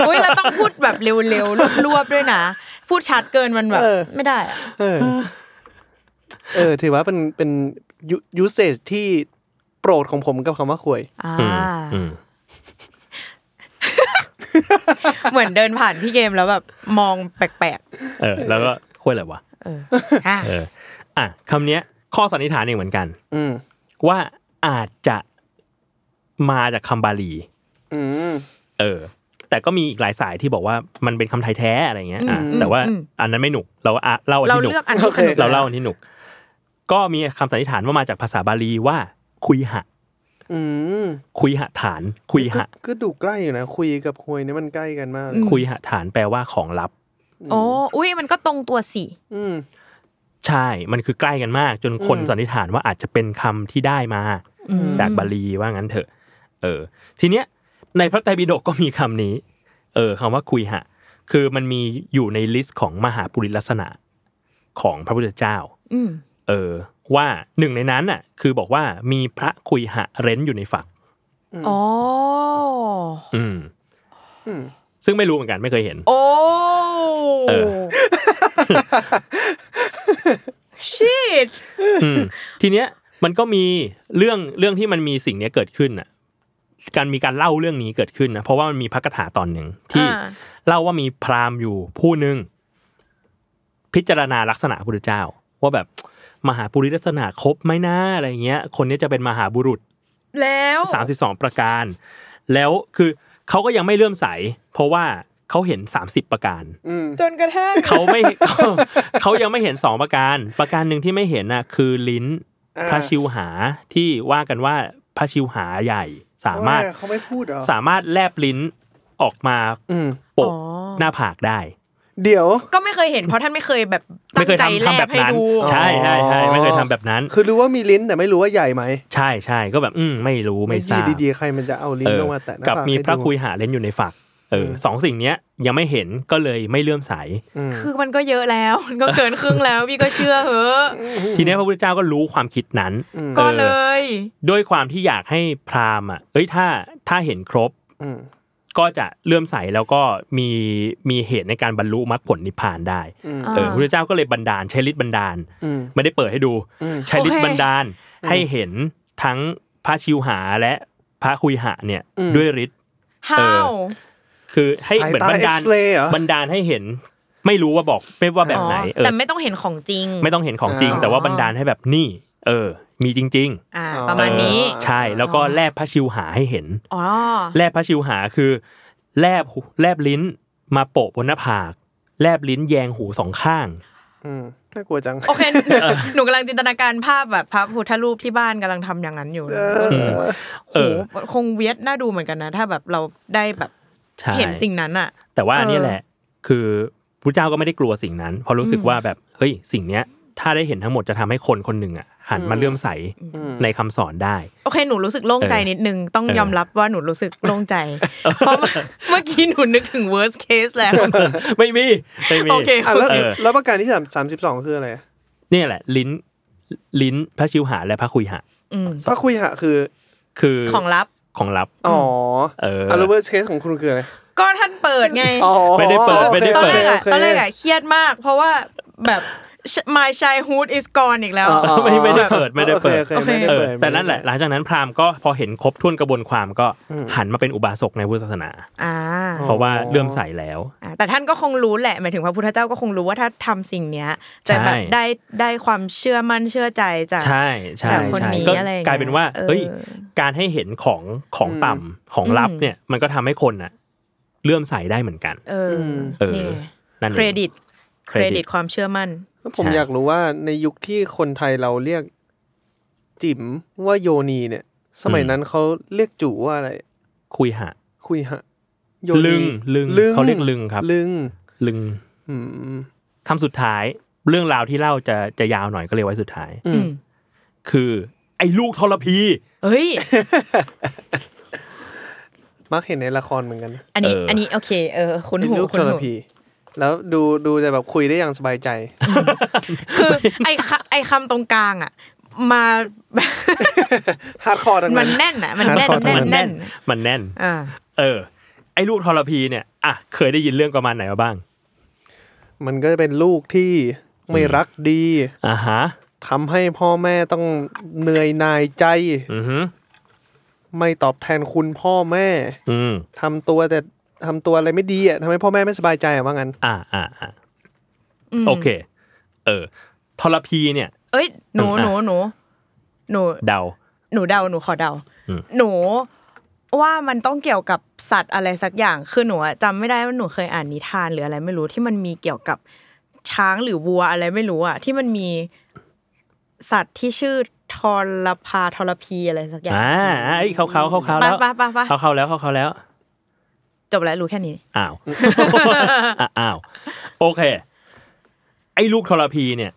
D: อุ้ยเราต้องพูดแบบเร็วๆรวบๆด้วยนะ พูดชัดเกินมันแบบ
C: เออ
D: ไม่ได้อะ
C: เออ เออ ถือว่าเป็นเป็นยูเซจที่โปรดของผมกับคำว่าควย
D: อ่า
B: อืมอืม
D: เหมือนเดินผ่านพี่เกมแล้วแบบมองแปลก
B: เออ แล้วก็ข่วยอะไรวะ
D: ๆเอออ่ะ
B: เออ อ่ะคำเนี้ย ข้อสันนิษฐานเองเหมือนกัน
C: อืม
B: ว่าอาจจะมาจากคำบาลี
C: อืม
B: เออ แต่ก็มีอีกหลายสายที่บอกว่ามันเป็นคำไทยแท้อะไรเงี้ยอ่ะ
C: อืม
B: แต่ว่าอันนั้นไม่หนุก เราอ่ะเล่าอัน
D: เรา
B: ที่หนุก
D: เลือกอันที่สนุก
B: เราเล่าอันที่หนุก ก็มีคำสันนิษฐานว่ามาจากภาษาบาลีว่า คุยหะ
C: อืม
B: คุยหะฐาน คุยหะ
C: ก็ก็ดูใกล้อยู่นะคุยกับควยเนี่ยมันใกล้กันมากเลย
B: คุยหะฐานแปลว่าของลับ
D: โอ้อุ้ยมันก็ตรงตัวสิ
C: อืม
B: ใช่ มันคือใกล้กันมาก จนคน
C: อืม
B: สันนิษฐานว่าอาจจะเป็นคำที่ได้มา
D: อืม
B: จากบาลีว่างั้นเถอะ เออ ทีเนี้ยในพระไตรปิฎกก็มีคำนี้ เออคำว่าคุยหะ คือมันมีอยู่ในลิสต์ของมหาปุริลักษณะของพระพุทธเจ้า
D: อืม
B: เออ ว่าหนึ่งในนั้นน่ะ คือบอกว่ามีพระคุยหะเร้นอยู่ในฝัก
D: อ๋อ
B: อืม
C: อืม
B: ซึ่งไม่รู้เหมือนกันไม่เคยเห็น
D: โอ้
B: เออ
D: ชิต
B: อืมทีเนี้ยมันก็มีเรื่องเรื่องที่มันมีสิ่งเนี้ยเกิดขึ้นอ่ะ การมีการเล่าเรื่องนี้เกิดขึ้นนะเพราะว่ามันมีพระคาถาตอนหนึ่งที่เล่าว่ามีพราหมณ์อยู่ผู้หนึ่งพิจารณาลักษณะพระพุทธเจ้า ว่าแบบมหาปุริลักษณะครบไหมนะอะไรเงี้ย คนเนี้ยจะเป็นมหาบุรุษ
D: แล้ว
B: 32 ประการ แล้วคือเขาก็ยังไม่เลื่อมใส เพราะว่าเขาเห็น 30 ประการ
C: อืม
D: จนกระทั่ง
B: เขาไม่ เขายังไม่เห็นสองประการ ประการหนึ่งที่ไม่เห็นน่ะคือลิ้น
C: อ่า
B: พระชิวหาที่ว่ากันว่าพระชิวหาใหญ่สามารถ
C: ว่เขาไม่พูดเหรอ
B: สามารถแลบลิ้นออกมา
C: อืม
B: โปะ
D: อ๋อ
B: หน้าผากได้
C: เดี๋ยว
D: ก็ไม่เคยเห็นเพราะท่านไม่เคยแบบตั้
B: ไม่
D: ง
B: เคย
D: ใจ
B: ทำ
D: แล
B: ทำแบบ บ
D: ให้
B: นั้น
D: ดู
B: ใช่ใช่ใช่ไม่เคยทำแบบนั้น
C: คือรู้ว่ามีลิ้นแต่ไม่รู้ว่าใหญ่ไหม
B: ใช่ใช่ก็แบบอืมไม่รู้ไม่ทราบ
C: ดีดีๆใครมันจะเอาลิ้
B: เอน อ
C: ลงมาแตะหน้า
B: กับ
C: ผาก
B: มี
C: ให้
B: พระ
C: ดู
B: คุยหาเล่นอยู่ในฝักเออ
C: อืม
B: สองสิ่งเนี้ยยังไม่เห็นก็เลยไม่เลื่อมใส
C: อืม
D: คือมันก็เยอะแล้ว มันก็เกินครึ่งแล้วพี่ก็เชื่อเหอะ
B: ทีเนี้ยพระพุทธเจ้าก็รู้ความคิดนั้น
C: ม
D: ก็เลย
B: ด้วยความที่อยากให้พราหมณ์อ่ะเอ้ยถ้าถ้าเห็นครบ
C: อืม
B: ก็จะเลื่อมใสแล้วก็มีมีเหตุในการบรรลุมรรคผลนิพพานได้
C: อืม
B: เออพระพุทธเจ้าก็เลยบันดาลใช้ฤทธิ์บันดาล
C: อืม
B: ไม่ได้เปิดให้ดู
C: อืม
B: ใช้ฤทธิ์บันดาลให้เห็นทั้งพระชิวหาและพระคุยหะเนี่ยด้วยฤทธิ์
D: how
B: คือให้เหมือน
C: สายตา
B: บันดาล
C: X-ray เหรอ
B: บันดาลให้เห็น ไม่รู้ว่าบอกไม่ว่าแบบไหน
D: อ๋อ
B: เออ
D: แต่ไม่ต้องเห็นของจริง
B: ไม่ต้องเห็นของจริง
C: อ๋อ
B: แต่ว่าบันดาลให้แบบนี่ เออ มีจริง
D: อ่า ประมาณนี้
B: ๆ ใช่แล้วก็แลบพระชิวหาให้เห็น
D: อ๋อ
B: แลบพระชิวหาคือ แลบหูแลบลิ้นมาโปะบนหน้าผาก แลบลิ้นแยงหูสองข้าง
C: อืมน่ากลัวจัง
D: โอเคหนูหนูกำลังจินตนาการภาพแบบพระพุทธรูปที่บ้านกำลังทำอย่างนั้นอยู่โห
B: เออ
D: คงเวียดน่าดูเหมือนกันนะ ถ้าแบบเราได้แบบ
B: ใช่
D: เห็นสิ่งนั้นอ่ะ
B: แต่ว่า
D: เอออั
B: นนี่แหละ คือพระเจ้าก็ไม่ได้กลัวสิ่งนั้นเพราะรู้สึกว่าแบบเฮ้ยสิ่งเนี้ย ถ้าได้เห็นทั้งหมดจะทำให้คนคนหนึ่งอ่ะหันมาเลื่อมใสในคำสอนได้
D: โอเค หนูรู้สึกโล่งใจ
B: เออ
D: นิดนึง ต้อง
B: เออ
D: ยอมรับว่าหนูรู้สึกโล่ง ใจ เพราะเมื่อกี้หนูนึกถึง worst case แล้ว
B: ไม่มีไม่ มี
D: โอเค
C: อ่ะแล้ว
B: เออ
C: แล้วประการที่สามสามสิบสองคืออะไรอะ
B: เนี่ยแหละ ลิ้นลิ้นพระชิวหาและพระคุยหา
D: อืม
C: พระคุยหะคือ
B: คือ
D: ของลับ
B: ของลับ
C: อ๋อ
B: เออ
C: แล้วเวอร์เคสของคุณคืออะไร
D: ก็ท่านเปิดไง
C: อ๋อ
B: ไม่ได้เปิดไม่ได้
D: ตอน
B: เปิ
D: แร
B: ด
D: กอะ
C: โเค
D: ตอนแรกอะเครียดมาก เพราะว่าแบบ my childhood is gone อีกแล้ว
C: อ๋ออ๋อ
B: ไม่ไม่ได้เปิดไม่ได้เปิด
C: โอคโอคไม่ได้
B: เออ
C: เปิด
B: แต่นั่นแหละหลังจากนั้นพราหมณ์ก็พอเห็นครบถ้วนกระบวนความก็หันมาเป็นอุบาสกในพุทธศาสนา
D: อ่า
B: เพราะว่าเลื่อมใสแล้ว
D: อ่ะแต่ท่านก็คงรู้แหละหมายถึงพระพุทธเจ้าก็คงรู้ว่าถ้าทำสิ่งเนี้ยจะแบบ
B: ใช่
D: ได้ได้ความเชื่อมั่นเชื่อใจจาก
B: ใช่ใช่
D: จากคน
B: ใช่
D: นี้
B: ก็
D: อะไรอย่างเงี้ย
B: กลายเป็นว่า
D: เออ
B: เฮ้ยการให้เห็นของของต่ำของลับ
D: อืม
B: เนี่ยมันก็ทำให้คนน่ะเลื่อมใสได้เหมือนกัน
D: เออ
B: เออ
D: นี่
B: นั่นอง
D: เครดิตเคร
B: credit
D: ดิตความเชื่อมั่น
C: แล้วผม
B: ใช่
C: อยากรู้ว่าในยุคที่คนไทยเราเรียก จิ๋มว่าโยนีเนี่ย สมัยนั้นเขาเรียกจู่ว่าอะไร
B: คุยหะ
C: คุยหะโยนี
B: ลึงลึงเขาเรียกลึงครับ
C: ลึง
B: ลึง
C: อืม
B: คำสุดท้าย เรื่องราวที่เล่าจะจะยาวหน่อยก็เลยไว้สุดท้าย
C: อืม
D: อืม
B: คือ ไอ้ลูกทรพี
D: เอ้ย
C: มักเห็นในละครเหมือนกันนะ
D: อันนี้
B: เอออั
D: อันนี้โอเคเออคุณ
C: เป็น
D: หู
C: ลูก
D: คุ
C: จ
D: ณ
C: ระ
D: หู
C: พี แล้วดูดูแต่แบบคุยได้อย่างสบายใจ
D: คือไอ้คไอ้คำตรงกลางอ่ะ มา
C: ฮาร์ดคอร์ดัง
D: มั
C: นั้น น
D: แน่นอ่ะ มันแน่น
C: ขอโท
D: แน่
C: ษ
D: นแน่น
B: มันแน่น
D: อ่า
B: เออ ไอ้ลูกทรพีเนี่ยอ่ะเคยได้ยินเรื่องประมาณไหนมาบ้าง
C: มันก็จะเป็นลูกที่ไม่รักดี
B: อ่าฮะ
C: ทำให้พ่อแม่ต้องเหนื่อยหนายใจ
B: อือฮึ
C: ไม่ตอบแทนคุณพ่อแม่
B: อืม
C: ทำตัวแต่ทำตัวอะไรไม่ดีอ่ะทำให้พ่อแม่ไม่สบายใจอ่ะว่างั้น
B: อ่าอ่าอ่าโอเค เออทรพีเนี่ย
D: เอ้ยหนูหนูหนูหนู
B: เดา
D: หนูเดาหนูขอเดา
B: อืม
D: หนูว่ามันต้องเกี่ยวกับสัตว์อะไรสักอย่างคือหนูอะจำไม่ได้ว่าหนูเคยอ่านนิทานหรืออะไรไม่รู้ที่มันมีเกี่ยวกับช้างหรือวัวอะไรไม่รู้อะที่มันมีสัตว์ที่ชื่อทรพาทรพีอะไรสักอย่าง
B: อ่าไอ้ยเขาเขาเขาเขา
D: ปะ
B: แล้ว
D: ปะปะปะ
B: เขาเขาแล้วเขาเขาแล้ว
D: จบแล้วรู้แค่นี้
B: อ้าว อ่ะอ้าว โอเค ไอ้ลูกทรพีเนี่ย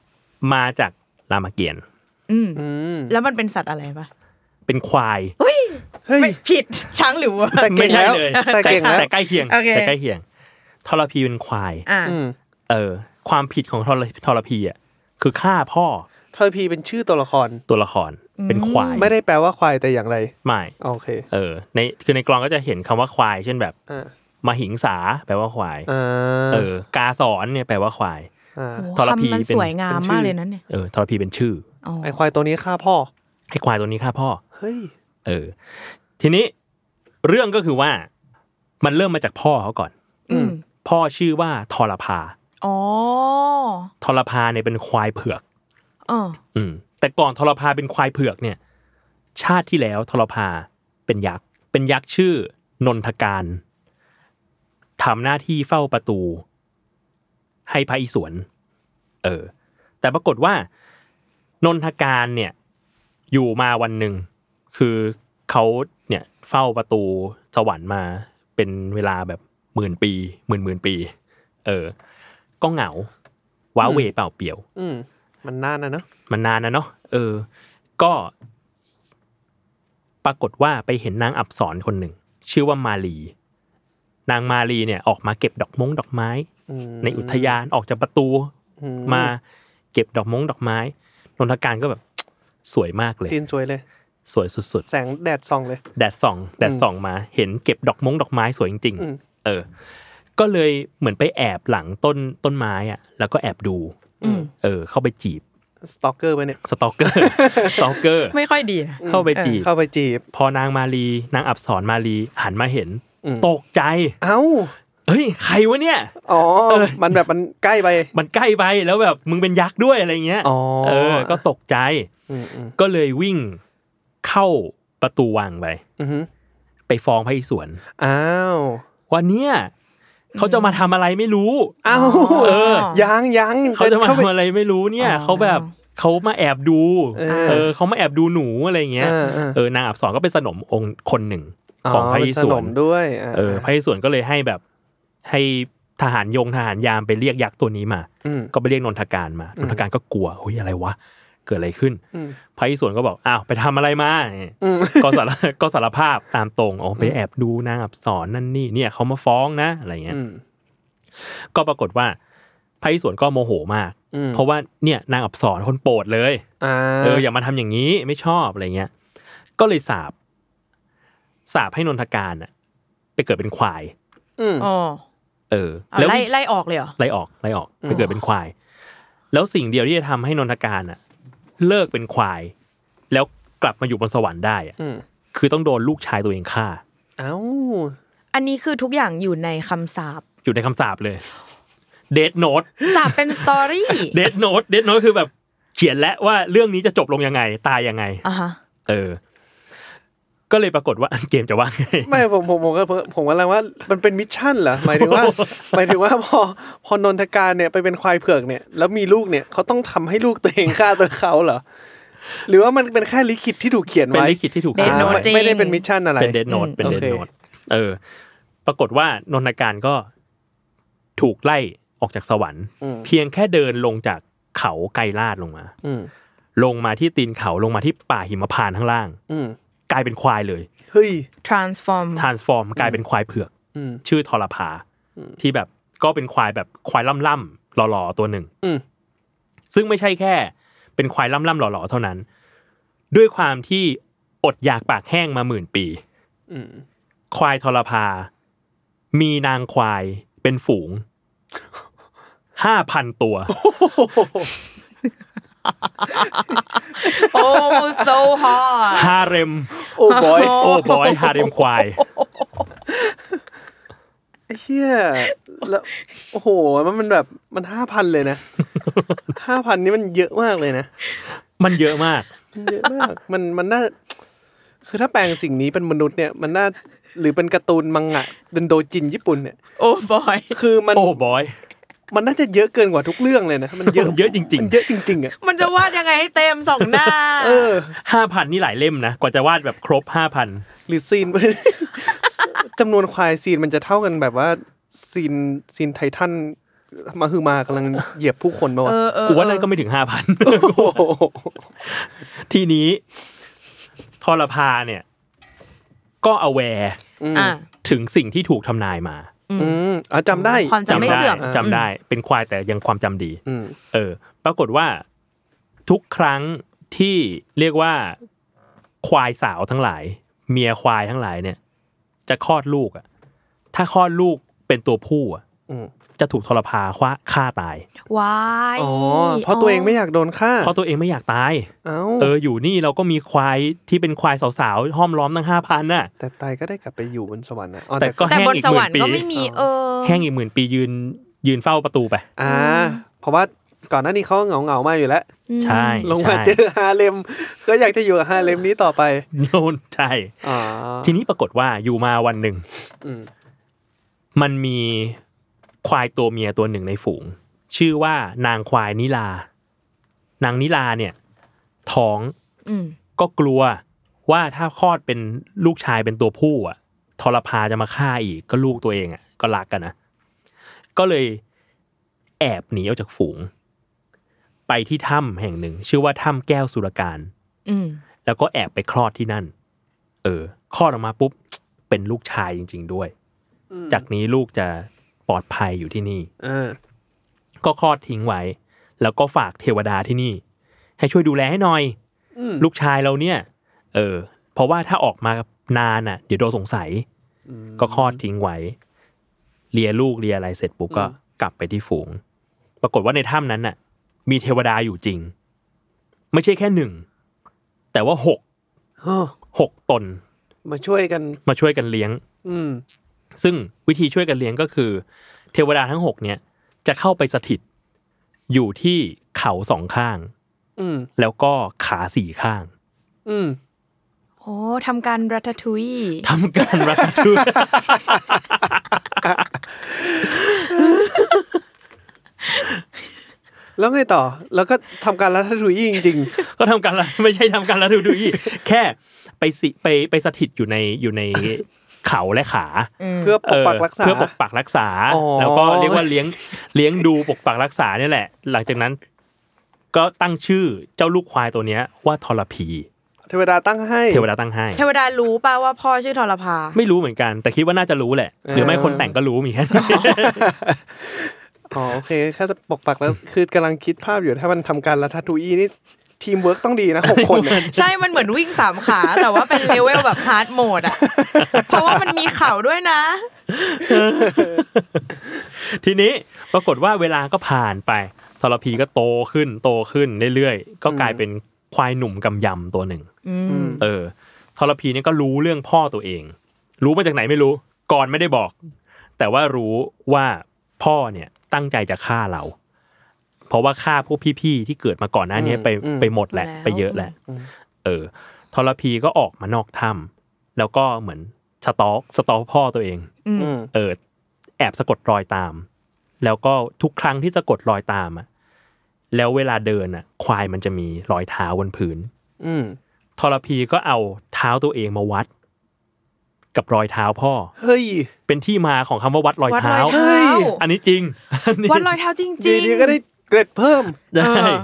B: มาจากรามเกียรติ์
D: อืม
C: อืม
D: แล้วมันเป็นสัตว์อะไรปะ
B: เป็นควาย
C: เฮ้ย
D: ไม่ผิดช้างหรือวัว
C: แต่เก่งแล้ว
B: ไม่ใช่เลย
C: แต่เก่งแล้ว
B: แต่ใกล้เคียง
D: โอเค
B: แต่ใกล้เคียงทรพีเป็นควาย
D: อ่า
C: อืม
B: เออ ความผิดของทรทรพีอ่ะคือฆ่าพ่อ
C: ทอยพีเป็นชื่อตัวละคร
B: ตัวละครเป็นควาย
C: ไม่ได้แปลว่าควายแต่อย่างไร
B: ไม่
C: โอเค
B: เออ ในคือในกลองก็จะเห็นคำว่าควาย เช่นแบบ
C: อ่า
B: มาหิงสาแปลว่าควาย
C: อ่า
B: เออ กาสอนเนี่ยแปลว่าควาย
C: อ่า
D: โอ้
B: ทรพี
D: คำมัน
B: เป็น
D: สวยงามมากเลยนั้นเนี่ย
B: เออทรพีเป็นชื่อ
D: อ๋อ
C: ไอควายตัวนี้ฆ่าพ่อ
B: ไอ้ควายตัวนี้ฆ่าพ่อ
C: เฮ้ย
B: เออ ทีนี้เรื่องก็คือว่ามันเริ่มมาจากพ่อเขาก่อน
D: อืม
B: พ่อชื่อว่าทรพา
D: อ๋อ
B: ทรพาเนี่ยเป็นควายเผือก
D: เออ
B: อืม แต่ก่อนทรพาเป็นควายเผือกเนี่ย ชาติที่แล้วทรพาเป็นยักษ์ เป็นยักษ์ชื่อนนทการทำหน้าที่เฝ้าประตู ให้พระอิศวรเออ แต่ปรากฏว่า นนทการเนี่ย อยู่มาวันหนึ่ง คือเขาเนี่ยเฝ้าประตูสวรรค์มา เป็นเวลาแบบหมื่นปีหมื่นหมื่นปี เออ ก็เหงา ว้าเหวเปล่าเปลี่ยว
C: อืม มันน่านนะเนอะ
B: มันนานนะเนาะ เออ ก็ ปรากฏว่าไปเห็นนางอับสรคนหนึ่ง ชื่อว่ามาลี นางมาลีเนี่ยออกมาเก็บดอกมงดอกไม้
C: อืม
B: ในอุทยานออกจากประตู
C: อื
B: มาเก็บดอกมงดอกไม้ นนทการก็แบบ สวยมากเลย
C: ซีนสวยเลย
B: สวยสุด
C: แสงแดดส่องเลย
B: ๆ แดดส่อง แดดส่องมา เห็นเก็บดอกมงดอกไม้สวยจริง
C: อืม
B: ๆ เออ ก็เลยเหมือนไปแอบหลังต้นต้นไม้อะแล้วก็แอบดู
D: อืม
B: เออ เข้าไปจีบ
C: สตอกเกอร์ไปเนี่ย
B: สตอกเกอร์ สตอกเกอร์
D: ไม่ค่อยดีนะ
B: เข้าไปจีบ
C: เข้าไปจีบ
B: พอนางมาลีนางอับสรมาลีหันมาเห็น
C: อืม
B: ตกใจ
C: เอ้า
B: เฮ้ย ใครวะเนี่ย
C: อ๋อ
B: เออ
C: มันแบบมันใกล้ไป
B: มันใกล้ไปแล้วแบบมึงเป็นยักษ์ด้วยอะไรเงี้ย
C: อ๋อ
B: เออ ก็ตกใจ
C: อืมอืม
B: ก็เลยวิ่งเข้าประตูวังไป
C: อือหือ
B: ไปฟ้องพระอิศวร
C: อ้าว
B: ว่าเนี่ยเขาจะมาทำอะไรไม่รู้
C: อ้าว
B: เออ
C: ยังยัง
B: เขาจะมา
C: เข้
B: ทำอะไรไม่รู้เนี่ย
D: อ๋อ
B: เขาแบบเขามาแอบดู
C: เออ
B: เออเขามาแอบดูหนูอะไรเงี้ย
C: เออเออ
B: เออนางอับสรก็เป็นสนมองค์คนหนึ่งของพระอิ
C: เป็น
B: ศ
C: ข
B: วน ร
C: มด้วยา
B: เออพระอิศวรก็เลยให้แบบให้ทหารยงทหารยามไปเรียกยักษ์ตัวนี้มา
C: อืม
B: ก็ไปเรียกนนทการมานนทการก็กลัวเฮ้ยอะไรวะเกิดอะไรขึ้น
C: อืม
B: พระอิศวรก็บอกอ้าวไปทำอะไรมา
C: อืม
B: ก็สาร ก็สารภาพตามตรงอ๋อไปแอบดูนางอับสรนั่นนี่เนี่ยเขามาฟ้องนะอะไรเงี้ย
C: อืม
B: ก็ปรากฏว่าพระอิศวรก็โมโหมาก
C: อืม
B: เพราะว่าเนี่ยนางอับสรคนโปรดเลย
C: อ่า
B: เอออย่ามาทำอย่างนี้ไม่ชอบอะไรเงี้ย ก็เลยสาบสาบให้นนทการอะไปเกิดเป็นควาย
C: อืม
D: อ๋อ
B: เออ
D: เอาไล่ไล่ออกเลยเหรอ
B: ไล่ออกไล่ออกไปเกิดเป็นควาย แล้วสิ่งเดียวที่จะทำให้นนทการอะเลิกเป็นควาย แล้วกลับมาอยู่บนสวรรค์ได้อะ
C: อืม
B: คือต้องโดนลูกชายตัวเองฆ่า
C: เอ้า
D: อันนี้คือทุกอย่างอยู่ในคำสาป
B: อยู่ในคำสาปเลยเดดโนด
D: สาปเป็นสตอรี่
B: เดดโน t เดดโน e คือแบบเขียนแล้วว่าเรื่องนี้จะจบลงยังไง ตายยังไง
D: อ่ะฮะ
B: เออ ก็เลยปรากฏ ว่า เกมจะว่าไง
C: ไม่ผมผมผมก็ผมกำลังว่ามันเป็นมิชชั่นเหรอหมาย ถึงว่า หมายถึงว่าพอพอนนทการเนี่ยไปเป็นควายเผือกเนี่ย แล้วมีลูกเนี่ยเขาต้องทำให้ลูกตัวเองฆ่าตัวเขาเหรอหรือว่ามันเป็นแค่ลิขิตที่ถูกเขียน
B: เป็น
C: ไว้
B: ลิขิตที่ถูก
D: เด
B: ฆ่า
D: Death โน Note
C: อ่า
D: จริง
C: ไม่ได้เป็นมิชชั่นอะไร
B: เป็นเดดโน t
D: อืม
B: เป็นเดด
C: โอเค
B: โน t เออ ปรากฏว่านนทการก็ถูกไล่ออกจากสวรรค์
C: อืม
B: เพียงแค่เดินลงจากเขาไกลลาดลงมา
C: อืม
B: ลงมาที่ตีนเขาลงมาที่ป่าหิมพานต์ข้างล่าง
C: อืม
B: กลายเป็นควายเลย
C: เฮ้ย
D: transform
B: transform กลายเป็นควายเผือก
C: อืม
B: ชื่อทรพาที่แบบก็เป็นควายแบบควายล่ำๆหล่อๆตัวหนึ่ง
C: อืม
B: ซึ่งไม่ใช่แค่ เป็นควายล่ำๆหล่อๆเท่านั้น ด้วยความที่อดอยากปากแห้งมาหมื่นปี
C: อืม
B: ควายทรพา มีนางควายเป็นฝูงห้าพันตัว
D: oh so hard
B: ฮาเร็ม
C: โอ้ บอย
B: โอ้บอยฮาเร็มควาย
C: ไอ้เชี่ยแล้วโอ้โหมันมันแบบมันห้าพันเลย นะห้าพันนี่มันเยอะมากเลยนะ
B: มันเยอะมาก
C: เยอะมาก มันมันน่า คือถ้าแปลงสิ่งนี้เป็นมนุษย์เนี่ย มันน่า หรือเป็นการ์ตูนมังงะเดนโดจินญี่ปุ่นเนี่ย
D: oh boy
C: คือมัน
B: โอ้บอย
C: มันน่าจะเยอะเกินกว่าทุกเรื่องเลยนะ มันเยอะ
B: เยอะจริง
C: มันเยอะจริง ๆอ่ะ
D: มันจะวาดยังไงให้เต็มสองหน้า
C: เออ
B: ๆห้าพันนี่หลายเล่มนะ กว่าจะวาดแบบครบห้าพัน
C: หรือซีน จำนวนควายซีนมันจะเท่ากันแบบว่า ซีนซีนไททันมาคือมากำลังเหยียบผู้คนมาวะ
D: เออเออ
B: กูว่านั่นก็ไม่ถึงห้าพัน
C: โอ้โห
B: ทีนี้ทรพาเนี่ย ก็ aware
D: อ่ะ
B: ถึงสิ่งที่ถูกทำนายมา
C: อืมอ่ะจำได้
D: ความจำไม่
B: ได้
D: เสื่อม
B: จำได้เป็นควายแต่ยังความจำดี
C: อืม
B: เออ ปรากฏว่าทุกครั้งที่เรียกว่าควายสาวทั้งหลาย เมียควายทั้งหลายเนี่ย จะคลอดลูกอะถ้าคลอดลูกเป็นตัวผู้อะ
C: อืม
B: จะถูกทรพาคว้าฆ่าตาย
D: วาย
C: อ๋อ เพราะตัวเองไม่อยากโดนฆ่า
B: เพราะตัวเองไม่อยากตาย
C: เอ้า
B: เอออยู่นี่เราก็มีควายที่เป็นควายสาวๆห้อมล้อมตั้งห้าพันน่ะ
C: แต่ตายก็ได้กลับไปอยู่บนสวรรค์นะอ๋อ
B: แต่ก็
D: แต่
B: แห้ง
D: บน
B: อีก
D: ส
B: หมื่
D: วน รรค์ก็
B: ปี
D: ไม่มีเออ
B: แห้งอีกหมื่นปียืนยืนเฝ้าประตูไป
C: อ่า เพราะว่าก่อนหน้านี้เขาเหงาเหงาๆมาอยู่แล้ว
B: ใช่
C: ลงมา
B: ใช่
C: เจอฮาเลม ก็อยากจะอยู่กับฮาเลมนี้ต่อไป
B: โน่นใช่
C: อ๋อ
B: ทีนี้ปรากฏว่าอยู่มาวันหนึ่ง
C: อืม
B: มันมีควายตัวเมียตัวหนึ่งในฝูง ชื่อว่านางควายนิลา นางนิลาเนี่ย ท้อง
D: อืม
B: ก็กลัวว่าถ้าคลอดเป็นลูกชายเป็นตัวผู้อ่ะทรพาจะมาฆ่าอีก ก็ลูกตัวเองอ่ะก็รักกันนะก็เลยแอบหนีออกจากฝูง ไปที่ถ้ำแห่งหนึ่ง ชื่อว่าถ้ำแก้วสุรการ
D: อืม
B: แล้วก็แอบไปคลอดที่นั่น เออ คลอดออกมาปุ๊บ เป็นลูกชายจริง ๆ ด้วย จากนี้ลูกจะปลอดภัยอยู่ที่นี่
C: เออ
B: ก็คลอดทิ้งไว้ แล้วก็ฝากเทวดาที่นี่ ให้ช่วยดูแลให้หน่อย
C: อืม
B: ลูกชายเราเนี่ย เออ เพราะว่าถ้าออกมานานอ่ะ เดี๋ยวโดนสงสัย ก็คลอดทิ้งไว้ เลียลูกเลียอะไรเสร็จปุ๊บก็กลับไปที่ฝูง ปรากฏว่าในถ้ำนั้นน่ะ มีเทวดาอยู่จริง ไม่ใช่แค่หนึ่ง แต่ว่าหก
C: เฮ้อ
B: หกตน
C: มาช่วยกัน
B: มาช่วยกันเลี้ยง
C: อืม
B: ซึ่งวิธีช่วยกันเลี้ยงก็คือ เทวดาทั้งหกเนี่ยจะเข้าไปสถิต อยู่ที่เขาสองข้าง
C: อืม
B: แล้วก็ขาสี่ข้าง
C: อืม
D: โอ้ทำการรัตทุย
B: ทำการรัตทุย
C: แล้วไงต่อ แล้วก็ทำการรัฐทุยจริง
B: ก็ทำการละไม่ใช่ทำการละดูดูอีแค่ไปสิไปไปสถิตอยู่ในอยู่ในเขาและขา
C: ๆ เพื่อปกปักรักษา
B: เพื่อปกปักรักษา
C: อ๋อ
B: แล้วก็เรียกว่าเลี้ยงเลี้ยงดูปกปักรักษาเนี่ยแหละ หลังจากนั้น ก็ตั้งชื่อเจ้าลูกควายตัวเนี้ยว่าทรพี
C: เทวดาตั้งให้
B: เทวดาตั้งให้
D: เทวดารู้ป่าว่าพ่อชื่อทรพา
B: ไม่รู้เหมือนกัน แต่คิดว่าน่าจะรู้แหละ หรือไม่คนแต่งก็รู้มีแค่ นั้น
C: อ๋อโอเคแค่จะปกปักแล้วคือกำลังคิดภาพอยู่ถ้ามันทำการรัฐทุยนี่ทีมเวิร์กต้องดีนะหกคน เนี่ย
D: ใช่ มันเหมือนวิ่งสามขา แต่ว่าเป็นเลเวลแบบฮาร์ดโหมด อ่ะ เพราะว่ามันมีเข่าด้วยนะ
B: ทีนี้ปรากฏว่าเวลาก็ผ่านไปทรพีก็โตขึ้นโตขึ้นเรื่อยๆก็กลายเป็นควายหนุ่มกำยำตัวหนึ่ง
D: อืม
B: เออทรพีเนี่ยก็รู้เรื่องพ่อตัวเอง รู้มาจากไหนไม่รู้ ก่อนไม่ได้บอก แต่ว่ารู้ว่าพ่อเนี่ยตั้งใจจะฆ่าเรา เพราะว่าฆ่าพวกพี่ๆที่เกิดมาก่อนหน้าเนี้ยไปไปหมดแหละ
D: แล้ว
B: ไปเยอะแหละ เออทรพีก็ออกมานอกถ้ำแล้วก็เหมือนสตอกสตอกพ่อตัวเอง
C: อืม
B: เออแอบสะกดรอยตาม แล้วก็ทุกครั้งที่สะกดรอยตามอะแล้วเวลาเดินอะควายมันจะมีรอยเท้าบนพื้น
C: อืม
B: ทรพีก็เอาเท้าตัวเองมาวัด กับรอยเท้าพ่อ
C: เฮ้ย
B: เป็นที่มาของคำว่าวัดรอย
D: วัดร
B: เท้า
D: อย
C: เฮ้
D: เท้า
C: ย
B: อันนี้จริงอันนี้
D: วัดรอยเท้าจ
C: ดี
D: ริง
C: ดีก็ได้เกรดเพิ่ม
B: ได้
D: เออ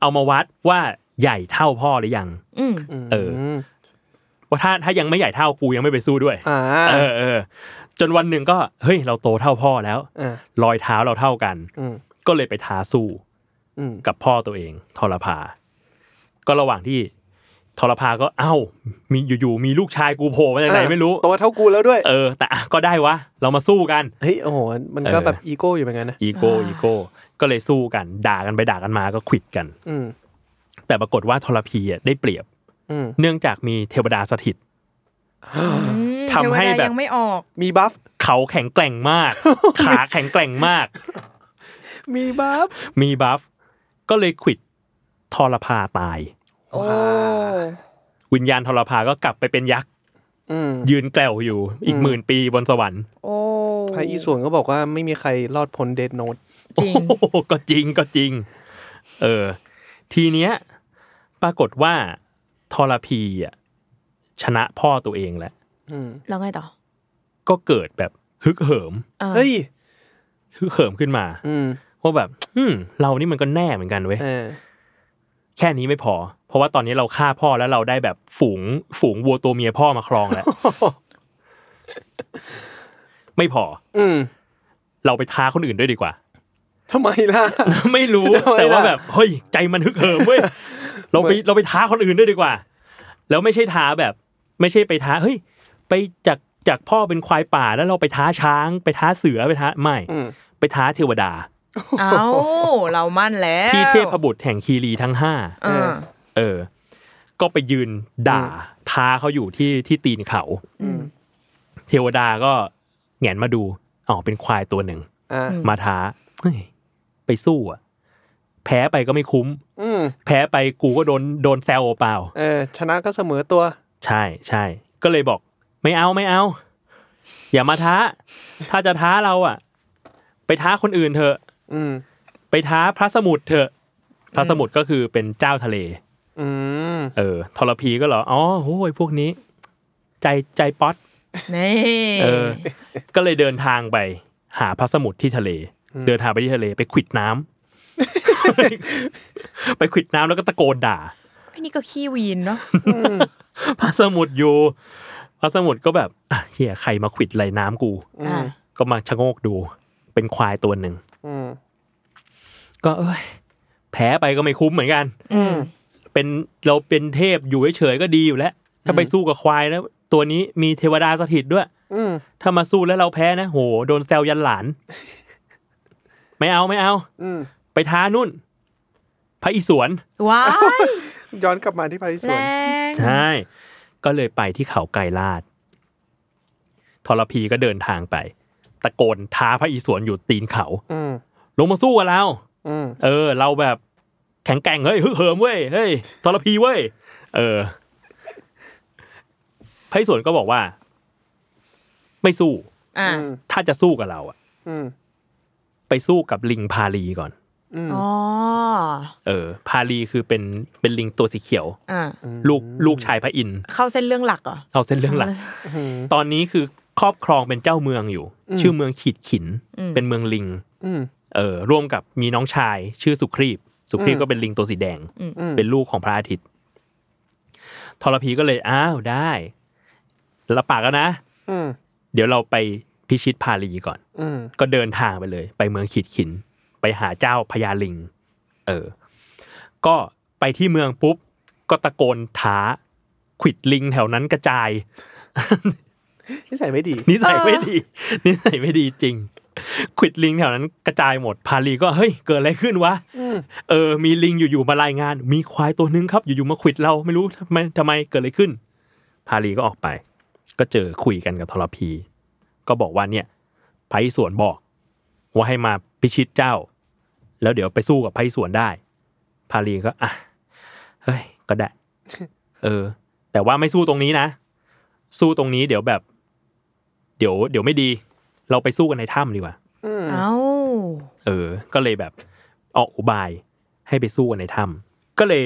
B: เอามาวัดว่าใหญ่เท่าพ่อหรือยัง
D: ๆอืม
B: เออ ว่าถ้าถ้ายังไม่ใหญ่เท่ากูยังไม่ไปสู้ด้วย
C: อ่า
B: เออเออจนวันหนึ่งก็เฮ้ยเราโตเท่าพ่อแล้ว
C: อ่าร
B: อยเท้าเราเท่ากัน
C: อืม
B: ก็เลยไปท้าสู้
C: อืม
B: กับพ่อตัวเองทรพา ก็ระหว่างที่ทรพาก็เอ้า มีอยู่ๆมีลูกชายกูโผล่มาจากไหนไม่รู้
C: โตเท่ากูแล้วด้วย
B: เออ แต่อ่ะก็ได้วะ เรามาสู้กัน
C: เฮ้ย โอ้โห มันก็
B: เออ
C: แบบอีโก้อยู่เหมือนกันนะ
B: อีโก้อีโก้ก็เลยสู้กัน ด่ากันไปด่ากันมาก็ขวิดกัน
C: อืม
B: แต่ปรากฏว่าทรพีอ่ะได้เปรียบ
C: อืม
B: เนื่องจากมีเทวดาสถิต ทำให้
D: เทว
B: แบ
D: ดา
B: บ
D: ยังไม่ออก
C: มีบัฟ
B: เขาแข็งแกร่งม าก ขาแข็งแกร่งมาก
C: มีบัฟ
B: มีบัฟ ก็เลยขวิดทรพาตาย
D: โอ้
B: วิญญาณทรพาก็กลับไปเป็นยักษ์
C: อืม
B: ยืนแกล่วอยู่อีกหมื่นปีบนสวรรค์
D: โอ้
C: พระอีสวนก็บอกว่าไม่มีใครรอดพ้นเดดโนด
D: จริง
B: โอ้โหก็จริงก็จริง เออ ทีเนี้ยปรากฏว่าทรพีอ่ะชนะพ่อตัวเองแล้ว
C: อืม
D: แล้วไงต่อ
B: ก็เกิดแบบฮึกเหิม
D: ออ
C: เฮ้ย
B: ฮึกเหิมขึ้นมา
C: อืม
B: ว่าแบบ อืมเรานี่มันก็แน่เหมือนกันเว้ย
C: เออ
B: แค่นี้ไม่พอ เพราะว่าตอนนี้เราฆ่าพ่อแล้วเราได้แบบฝูง ฝูงวัวตัวเมียพ่อมาครอง แล้ว ไม่พอ
C: อืม
B: เราไปท้าคนอื่นด้วยดีกว่า
C: ทำไมล่ะ
B: ไม่รู้
C: ทำไมล่ะ
B: แต่ว่าแบบเฮ้ยใจมันฮึกเหิมเว้ย เราไปเราไปท้าคนอื่นด้วยดีกว่า แล้วไม่ใช่ท้าแบบ ไม่ใช่ไปท้าเฮ้ยไปจากจากพ่อเป็นควายป่า แล้วเราไปท้าช้าง ไปท้าเสือไปท้าไม่
C: อืม
B: ไปท้าเทวดา
D: เอาเรามั่นแล้ว
B: ที่เทพบุตรแห่งคีรีทั้งห้า
D: เออ
B: เออ ก็ไปยืนด่าท้าเขาอยู่ที่ที่ตีนเขา
C: อืม
B: เทวดาก็แหงนมาดู อ๋อ เป็นควายตัวหนึ่ง
C: อ่า
B: มาท้า เฮ้ย ไปสู้อะแพ้ไปก็ไม่คุ้ม
C: อืม
B: แพ้ไปกูก็โดนโดนแซวเปล่า
C: เออ ชนะก็เสมอตัว
B: ใช่ใช่ ก็เลยบอก ไม่เอาไม่เอา อย่ามาท้า ถ้าจะท้าเราอะไปท้าคนอื่นเถอะ
C: อืม
B: ไปท้าพระสมุทรเถอะ พระสมุทรก็คือเป็นเจ้าทะเล
C: อืม
B: เออทรพีก็เหรอ อ๋อโอ้ยพวกนี้ ใจใจป๊อต
D: นี่
B: เออ ก็เลยเดินทางไป หาพระสมุทรที่ทะเล เดินทางไปที่ทะเลไปขวิดน้ำ ไปขวิดน้ำแล้วก็ตะโกนด่า
D: นนี่ก็ขี้วีนเนาะ
B: พระสมุทรอยู่ พระสมุทรก็แบบอ่ะเฮียใครมาขวิดไหลน้ำกู
D: อ่ะ
B: ก็มาชะโงกดู เป็นควายตัวหนึ่ง
C: อืม
B: ก็เอ้ยแพ้ไปก็ไม่คุ้มเหมือนกัน
D: อืม
B: เป็นเราเป็นเทพอยู่เฉยๆก็ดีอยู่แล้ว ถ้าไปสู้กับควายแล้วตัวนี้มีเทวดาสถิตด้วย
C: อืม
B: ถ้ามาสู้แล้วเราแพ้นะโหโดนแซวยันหลาน ไม่เอาไม่เอา
C: อืม
B: ไปท้านุ่น พระอิศวร
D: ว้าย
C: ย้อนกลับมาที่พระอีส
D: แร
C: วน
D: ง
B: ใช่ ก็เลยไปที่เขาไกรลาด ทรพีก็เดินทางไป ตะโกนท้าพระอิศวรอยู่ตีนเขา
C: อืม
B: ลงมาสู้กับเรา
C: อืม
B: เออ เราแบบแข็งแกร่งเฮ้ยฮึกเหิมเว้ยเฮ้ยทรพีเว้ยเออพระอิศวรก็บอกว่า ไม่สู้
D: อ่า
C: อืม
B: ถ้าจะสู้กับเราอะ
C: อืม
B: ไปสู้กับลิงพาลีก่อน
C: อืม
D: อ๋อ
B: เออ พาลีคือเป็นเป็นลิงตัวสีเขียว
D: อ่า
B: ลูกลูกชายพระอินทร์
D: เข้าเส้นเรื่องหลักเหรอ
B: เราเส้นเรื่องหลัก
C: อืม
B: ตอนนี้คือครอบครองเป็นเจ้าเมืองอยู่
C: อืม
B: ชื่อเมืองขีดขิน เป็นเมืองลิง
C: อืม
B: เออร่วมกับมีน้องชายชื่อสุครีบ สุครีบ
C: อืม
B: ก็เป็นลิงตัวสีแดง
C: อืม
B: เป็นลูกของพระอาทิตย์ทรพีก็เลยอ้าวได้รับปากแล้วนะ
C: อืม
B: เดี๋ยวเราไปพิชิตพาลีก่อน
C: อืม
B: ก็เดินทางไปเลย ไปเมืองขีดขิน ไปหาเจ้าพญาลิง เออ ก็ไปที่เมืองปุ๊บ ก็ตะโกนท้าขวิดลิงแถวนั้นกระจาย
C: นิสัยไม่ดี
B: นิสัยไม่ดี นิสัยไม่ดีจริงขวิดลิงแถวนั้นกระจายหมด พาลีก็เฮ้ยเกิดอะไรขึ้นวะ
C: อืม
B: เออ มีลิงอยู่ๆมารายงาน มีควายตัวนึงครับ อยู่ๆมาขวิดเราไม่รู้ทำไมทำไมเกิดอะไรขึ้น พาลีก็ออกไป ก็เจอคุยกันกับทรพี ก็บอกว่าเนี่ยไพรสวนบอกว่าให้มาพิชิตเจ้า แล้วเดี๋ยวไปสู้กับไพรสวนได้ พาลีก็อ่ะเฮ้ยก็ได้ เออ แต่ว่าไม่สู้ตรงนี้นะ สู้ตรงนี้เดี๋ยวแบบ เดี๋ยว เดี๋ยวไม่ดี เราไปสู้กันในถ้ำดีกว่า
C: อืม
D: เอ้า
B: เออ ก็เลยแบบออกอุบายให้ไปสู้กันในถ้ำก็เลย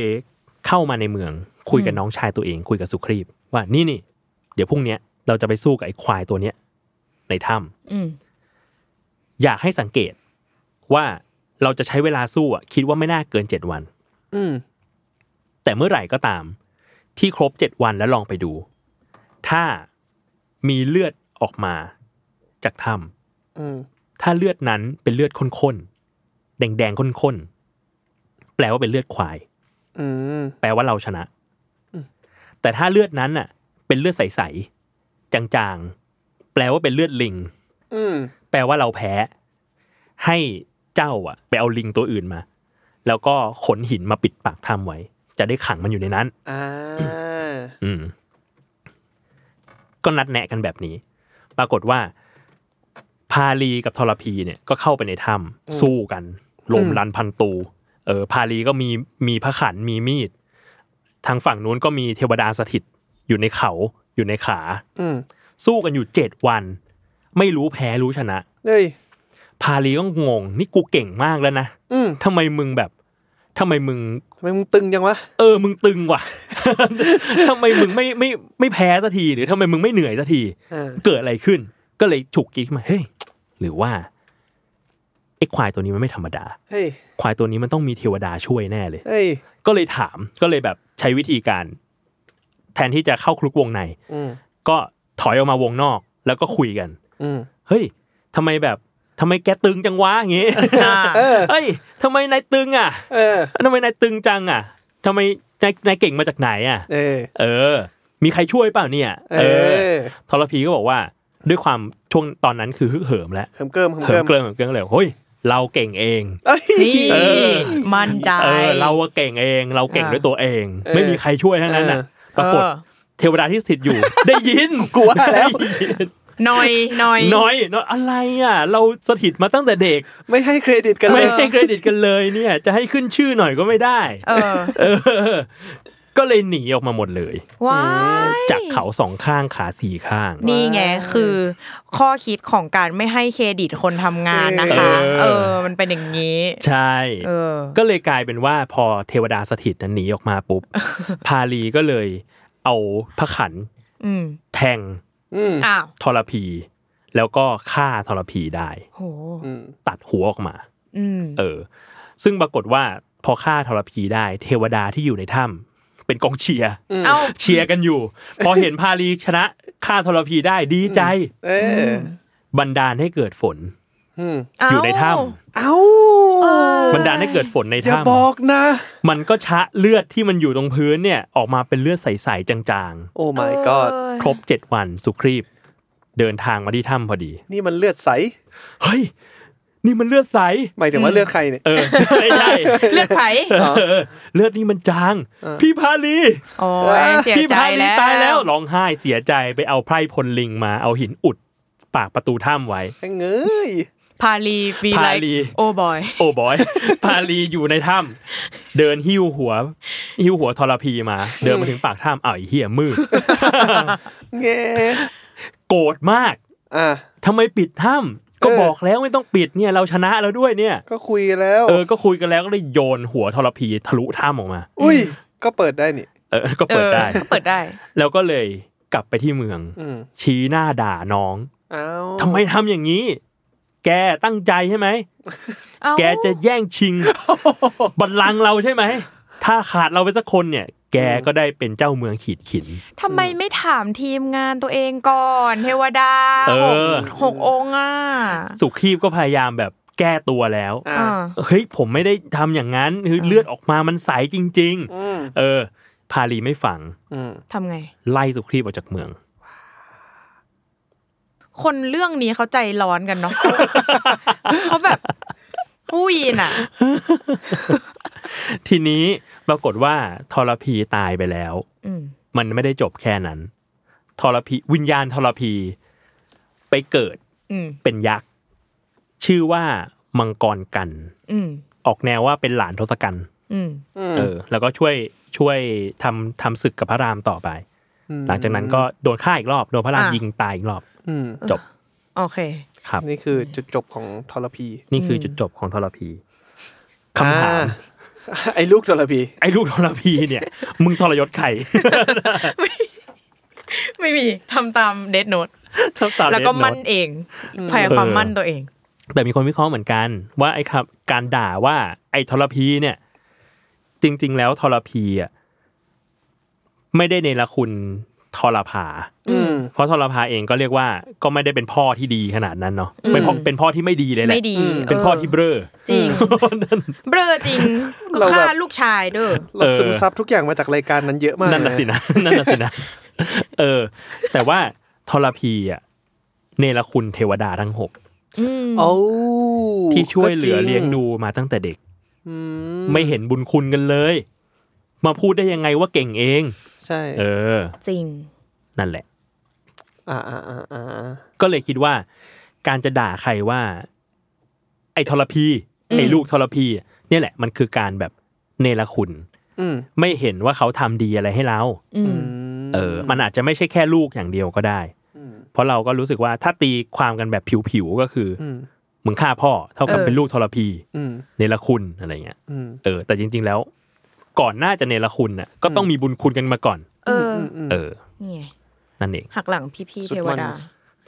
B: เข้ามาในเมืองคุยกับน้องชายตัวเองคุยกับสุครีบ ว่านี่นี่เดี๋ยวพรุ่งเนี้ยเราจะไปสู้กับไอ้ควายตัวเนี้ยในถ้
D: อืม
B: ำอยากให้สังเกตว่าเราจะใช้เวลาสู้อะคิดว่าไม่น่าเกินเจ็ดวัน
C: อืม
B: แต่เมื่อไหร่ก็ตาม ที่ครบเจ็ดวันแล้วลองไปดู ถ้ามีเลือดออกมาจากถ้ำ
C: อืม
B: ถ้าเลือดนั้นเป็นเลือดข้นๆ แดงๆ ข้นๆ แปลว่าเป็นเลือดควาย
C: อืม
B: แปลว่าเราชนะ แต่ถ้าเลือดนั้นน่ะ เป็นเลือดใสๆ จางๆ แปลว่าเป็นเลือดลิง
C: อืม
B: แปลว่าเราแพ้ ให้เจ้าอ่ะ ไปเอาลิงตัวอื่นมา แล้วก็ขนหินมาปิดปากถ้ำไว้ จะได้ขังมันอยู่ในนั้น
C: อ่า
B: อืม ก็นัดแนะกันแบบนี้ ปรากฏว่า พาลีกับทรพีเนี่ยก็เข้าไปในถ้ำสู้กันลมรันพันตู เออ พาลีก็มีมีพระขันมีมีด ทางฝั่งนู้นก็มีเทวดาสถิตอยู่ในเขาอยู่ในขา
C: อืม
B: สู้กันอยู่เจ็ดวัน ไม่รู้แพ้รู้ชนะ
C: เฮ้ย
B: พาลีก็งง นี่กูเก่งมากแล้วนะ
C: อืม
B: ทำไมมึงแบบทำไมมึง
C: ทำไมมึงตึงจังวะ
B: เออ มึงตึงว่ะ ทำไมมึงไม่ไม่ไม่แพ้สักที หรือทำไมมึงไม่เหนื่อยสักที
C: อ่า
B: เกิดอะไรขึ้น ก็เลยฉุกคิดขึ้นมา เฮ้ย หรือว่าไอ้ควายตัวนี้มันไม่ธรรมดา
C: เฮ้ย
B: ควายตัวนี้มันต้องมีเทวดาช่วยแน่เลย
C: เฮ้ย
B: ก็เลยถาม ก็เลยแบบใช้วิธีการ แทนที่จะเข้าคลุกวงใน
C: อืม
B: ก็ถอยออกมาวงนอก แล้วก็คุยกัน
C: อืม
B: เฮ้ยทำไมแบบทำไมแกตึงจังวะอย่างงี้
D: อ่า
C: เออ
B: เฮ้ยทำไมนายตึงอ่ะ
C: เออ
B: ทำไมนายตึงจังอ่ะทำไมนายนายเก่งมาจากไหนอ่ะ
C: เออ
B: เออ มีใครช่วยเปล่าเนี่ย
C: เอ
B: เออ
C: อ
B: ทรพีก็บอกว่า ด้วยความช่วงตอนนั้นคือฮึกเหิมแล้ว
C: เหิมเกิมเหิม
B: เหิ
C: เกิ
B: ม
C: ม
B: เกลิมเหิมเกลิมเลยเฮ้ย เราเก่งเอง
C: เอ้ย
D: นี่มั่นใจ
B: เออ เราอะเก่งเอง เราเก่ง
D: อ่า
B: ด้วยตัวเอง
C: เออ
B: ไม่มีใครช่วยทั้งนั้นน่ะ
C: เอ
B: ปรากฏ
D: เออ
B: เทวดาที่สถิต อยู่ ได้ยิน
C: กลัวแล้ว
D: หน่อยหน่อย
B: น้อยน้อยอะไรอ่ะ เราสถิตมาตั้งแต่เด็ก
C: ไม่ให้เครดิตกันเล
B: ไม่
C: ย
B: ให้เครดิตกันเลยเนี่ย จะให้ขึ้นชื่อหน่อยก็ไม่ได้
D: เออ
B: เออ ก็เลยหนีออกมาหมดเลย
D: ว้าย
B: จากเขาสองข้างขาสี่ข้าง
D: นี่ไงคือข้อคิดของการไม่ให้เครดิตคนทำงานนะคะ
B: เออ
D: เออ มันเป็นอย่างนี้
B: ใช่
D: เออ
B: ก็เลยกลายเป็นว่าพอเทวดาสถิตนั้นหนีออกมา ปุ๊บ พาลีก็เลยเอาพระขัน
D: อืม
B: แทง
C: อืม
D: อ้าว
B: ทรพี แล้วก็ฆ่าทรพีได้
D: โห
C: อืม
B: ตัดหัวออกมา
D: อืม
B: เออ ซึ่งปรากฏว่าพอฆ่าทรพีได้ เทวดาที่อยู่ในถ้ำเป็นกองเชียร์
D: เอ้า
B: เชียร์กันอยู่ พอเห็นพาลีชนะฆ่าทรพีได้ดีใจ
C: เออ
B: บันดาลให้เกิดฝน
C: อืม
B: อยู่ในถ้
C: เอ้า
B: ำบันดาลให้เกิดฝนใน
C: อย่า
B: ถ้ำ
C: บอกนะ
B: มันก็ชะเลือดที่มันอยู่ตรงพื้นเนี่ย ออกมาเป็นเลือดใสๆจาง
C: โอ้ my god
B: ๆ ครบเจ็ดวันสุครีบ เดินทางมาที่ถ้ำพอดี
C: นี่มันเลือดใส
B: เฮ้ย นี่มันเลือดใส
C: หมายถึงว่าเลือดใครเนี่ย
B: เออ ไม่ใช่
D: เลือดไผ่
B: เออเลือดนี่มันจาง พี่พาลี
D: โอ้ยเสีย
B: พี่
D: ใจ
B: พาลี
D: แล้ว
B: ตายแล้วร้องไห้เสียใจไปเอาไพร่พลลิงมาเอาหินอุด ปากประตูถ้ำไว้
C: แม่งเงย
D: พาลีวีไล
B: พาลี
D: โอบอย
B: โอ้บอย พาลีอยู่ในถ้ำเดินหิ้วหัว หิ้วหัวทรพีมา เดินมาถึงปากถ้ำอ้าวไอ้เหี้ยมืด
C: แง่
B: โกรธมาก
C: อ่ะ
B: ทำไมปิดถ้ำก็
C: เออ
B: บอกแล้วไม่ต้องปิดเนี่ยเราชนะแล้วด้วยเนี่ย
C: ก็คุยแล้ว
B: เออก็คุยกันแล้วก็เลยโยนหัวทรพีทะลุถ้ำออกมา
C: อุ้ย ก็เปิดได้นี่
B: เอ อ ก็เปิดได้
D: ออก็เปิดได้
B: แล้วก็เลยกลับไปที่เมือง
C: อืม
B: ชี้หน้าด่าน้อง
C: อ้าว
B: ทำไมทำอย่างนี้ แกตั้งใจใช่ไหม
D: เอ้า
B: แกจะแย่ง ชิง บัลลังก์เราใช่ไหม ถ้าขาดเราไปสักคนเนี่ย แกก็ได้เป็นเจ้าเมืองขีดขิน
D: ทำไมไม่ถามทีมงานตัวเองก่อน เทวดา
B: เอ
D: หก
B: อ
D: หกองค์อ่ะ
B: สุขีพก็พยายามแบบแก้ตัวแล้ว
C: อ่า
D: อ่า
B: เฮ้ยผมไม่ได้ทำอย่างนั้นคือเลือดออกมามันใสจริง
C: อืม
B: ๆ เออ พาลีไม่ฟัง
C: อืม
D: ทำไง
B: ไล่สุขีพออกจากเมือง
D: คนเรื่องนี้เขาใจร้อน กันเนาะ เขาแบบผู้ยีนอ่ะ
B: ทีนี้ปรากฏว่าทรพีตายไปแล้ว
D: อืม
B: มันไม่ได้จบแค่นั้นทรพีวิญญาณทรพีไปเกิด
D: อืม
B: เป็นยักษ์ ชื่อว่ามังกรกัน
D: อืม
B: ออกแนวว่าเป็นหลานทศกัณฐ์
D: อืม
C: อืม
B: เออ แล้วก็ช่วยช่วยทำทำศึกกับพระรามต่อไป
C: ม
B: หลังจากนั้นก็โดนฆ่าอีกรอบ โดนพระรามยิงตายอีกรอบ
C: อืม
B: จบ
D: โอเค
B: ครับ
C: นี่คือจุดจบของทรพี
B: นี่คือจุดจบของทรพีคำถาม
C: อ่าไอ้ลูกทรพี
B: ไอ้ลูกทรพีเนี่ย มึงทรยศใคร
D: ไม่มีทำตามเดทโน t e
B: ตาม
D: แล้วก็
B: เดโท
D: มั่นเองพยายามความมั่นตัวเอง
B: แต่มีคนวิเคราะห์เหมือนกัน ว่าไอ้ครับการด่าว่าไอ้ทรพีเนี่ย จริง ๆ แล้วทรพีอ่ะไม่ได้ในละคุณทรพา
C: อืม
B: เพราะทรพาเองก็เรียกว่าก็ไม่ได้เป็นพ่อที่ดีขนาดนั้นเนาะ
D: อืม
B: เป็นพ่อเป็นพ่อที่ไม่ดีเลยแหละ
D: ไม่ดี
C: อืม
B: เป็นพ่อที่เบ้อ
D: จริง เบลอจริงก็
C: เราแบบ
D: ฆ่าลูกชายเด้อ
C: เรา
B: เออ
C: ซึมซับทุกอย่างมาจากรายการนั้นเยอะมาก
B: นั่นน่ะสินะ นั่นน่ะสินะเออ แต่ว่าทรพีอ่ะเนรคุณเทวดาทั้งหก
D: อืม
C: โอ้
B: ที่ช่วยเหลือ
C: ก็จริ
B: เลี้ยงดูมาตั้งแต่เด็ก
C: อื
B: ไม่เห็นบุญคุณกันเลย มาพูดได้ยังไงว่าเก่งเอง
C: ใช่
B: เออ
D: จริง
B: นั่นแหละ
C: อ่าอ่าอ่าอ่า
B: ก็เลยคิดว่า การจะด่าใครว่า ไอ้ทรพี
D: อืม
B: ไอ้ลูกทรพีเนี่ยแหละ มันคือการแบบเนรคุณ
C: อืม
B: ไม่เห็นว่าเขาทำดีอะไรให้เรา
D: อืม
B: เออ มันอาจจะไม่ใช่แค่ลูกอย่างเดียวก็ได้
C: ม
B: เพราะเราก็รู้สึกว่าถ้าตีความกันแบบผิวๆก็คืออ
C: อืม
B: มึงฆ่าพ่อ เท่ากับเป็นลูกทรพี
C: อืม
B: เนรคุณอะไรเงี้ย
C: อืม
B: เออแต่จริง ๆ แล้ว ก่อนหน้าจะเนรคุณน่ะก็ต้องมีบุญคุณกันมาก่อน
D: เออ
C: อืม
B: เออ
D: นี่ไง
B: นั่นเอง
D: หักหลังพี่พี่
C: สุด
D: เทวดา
C: มัน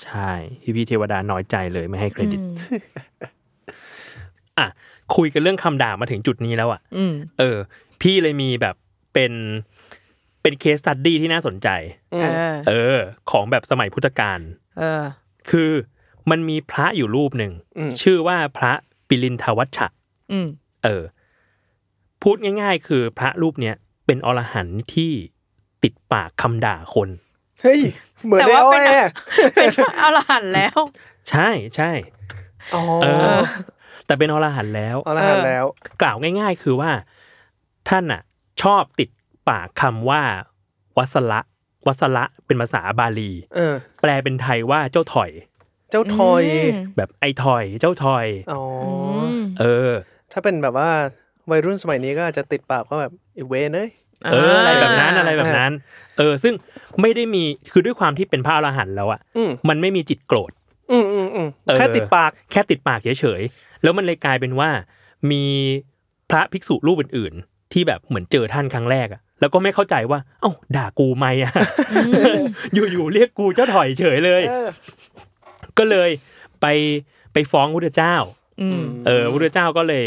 B: ใช่พี่พี่ๆเทวดาน้อยใจเลยไม่ให้เครดิต
D: อืม
B: อ่ะคุยกันเรื่องคำด่ามาถึงจุดนี้แล้วอ่ะ
D: อืม
B: เออ พี่เลยมีแบบเป็นเป็นเคสตัดดี้ที่น่าสนใจ
C: อื
D: เอ
C: ม
D: อ
B: เออ ของแบบสมัยพุทธกาล
D: เออ
B: คือมันมีพระอยู่รูปหนึ่ง
C: อืม
B: ชื่อว่าพระปิลินทวัชชะ
D: อืม
B: เออ พูดง่าย ๆ คือพระรูปเนี้ยเป็นอรหันต์ที่ติดปากคำด่าคน
C: เฮ้ย เหมือน
D: แต่
C: ไอ้อ้
D: ว่า
C: อ
D: เป็
C: ย
D: น
C: อะ
D: เป็นพระอรหันต์แล้ว
B: ใช่ใช่
C: อ๋อ
B: เออ แต่เป็นอรหันต์แล้ว
C: เอาละหันแล้ว
B: กล่าวง่าย ๆ คือว่าท่านอ่ะ ชอบติดปากคำว่า วัสละวัสละเป็นภาษาบาลี
C: เออ
B: แปลเป็นไทยว่าเจ้าถอย
C: เจ้าทอย
B: แบบไอถอย เจ้าถอย
C: อ๋อ
D: อื
C: อ
D: ม
B: เออ
C: ถ้าเป็นแบบว่าวัยรุ่นสมัยนี้ก็อาจจะติดปากว่าแบบไอีเวนเอ้ย
B: เออ อะไรแบบนั้นอะไรแบบนั้น เออ ซึ่งไม่ได้มีคือด้วยความที่เป็นพระอรหันต์แล้วอ่ะ
C: อืม
B: มันไม่มีจิตโกรธ
C: อืมอืมอืม
B: เออ
C: แค่ติดปาก
B: แค่ติดปากเฉยๆแล้วมันเลยกลายเป็นว่า มีพระภิกษุรูปอื่นๆ ที่แบบเหมือนเจอท่านครั้งแรกอะแล้วก็ไม่เข้าใจว่า เอ้าด่ากูไหมอะ อยู่ๆเรียกกูเจ้าถอยเฉยเลย
C: เออ
B: ก็เลยไปไปฟ้องพุทธเจ้า
D: อืม
B: เออพุทธเจ้าก็เลย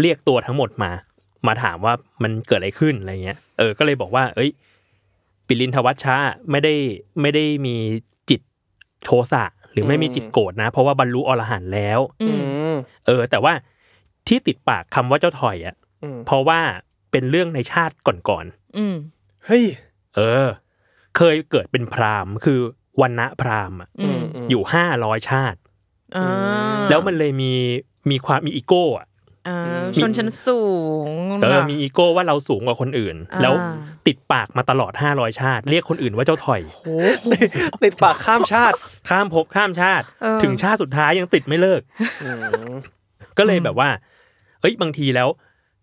B: เรียกตัวทั้งหมดมา มาถามว่ามันเกิดอะไรขึ้นอะไรเงี้ย เออ ก็เลยบอกว่า เอ้ย ปิลินทวัชชาไม่ได้ไม่ได้มีจิตโทสะหรือไม่มีจิตโกรธนะ เพราะว่าบรรลุอรหันต์แล้ว
D: อืม
C: ม
B: เออแต่ว่าที่ติดปากคำว่าเจ้าถอยอ่ะ
C: อืม
B: เพราะว่าเป็นเรื่องในชาติก่อน
D: อืม
C: เฮ้ย
B: ๆเออ เคยเกิดเป็นพราหมณ์คือวันณะพราหมณ์อะ
D: อืม
B: อยู่ห้าร้อยชาติ
D: อ่า
B: แล้วมันเลยมีมีความมีอีโก้อะ
D: เอ่อชนชั้นสูง
B: เออมีอีโก้ว่าเราสูงกว่าคนอื่น
D: อ่า
B: แล้วติดปากมาตลอด 500 ชาติ เรียกคนอื่นว่าเจ้าถอย
D: โอ้โห
C: ติดปากข้ามชาติ
B: ข้ามภพข้ามชาติ
D: เออ
B: ถึงชาติสุดท้ายยังติดไม่เลิก ก็เลยแบบว่า เอ้ยบางทีแล้ว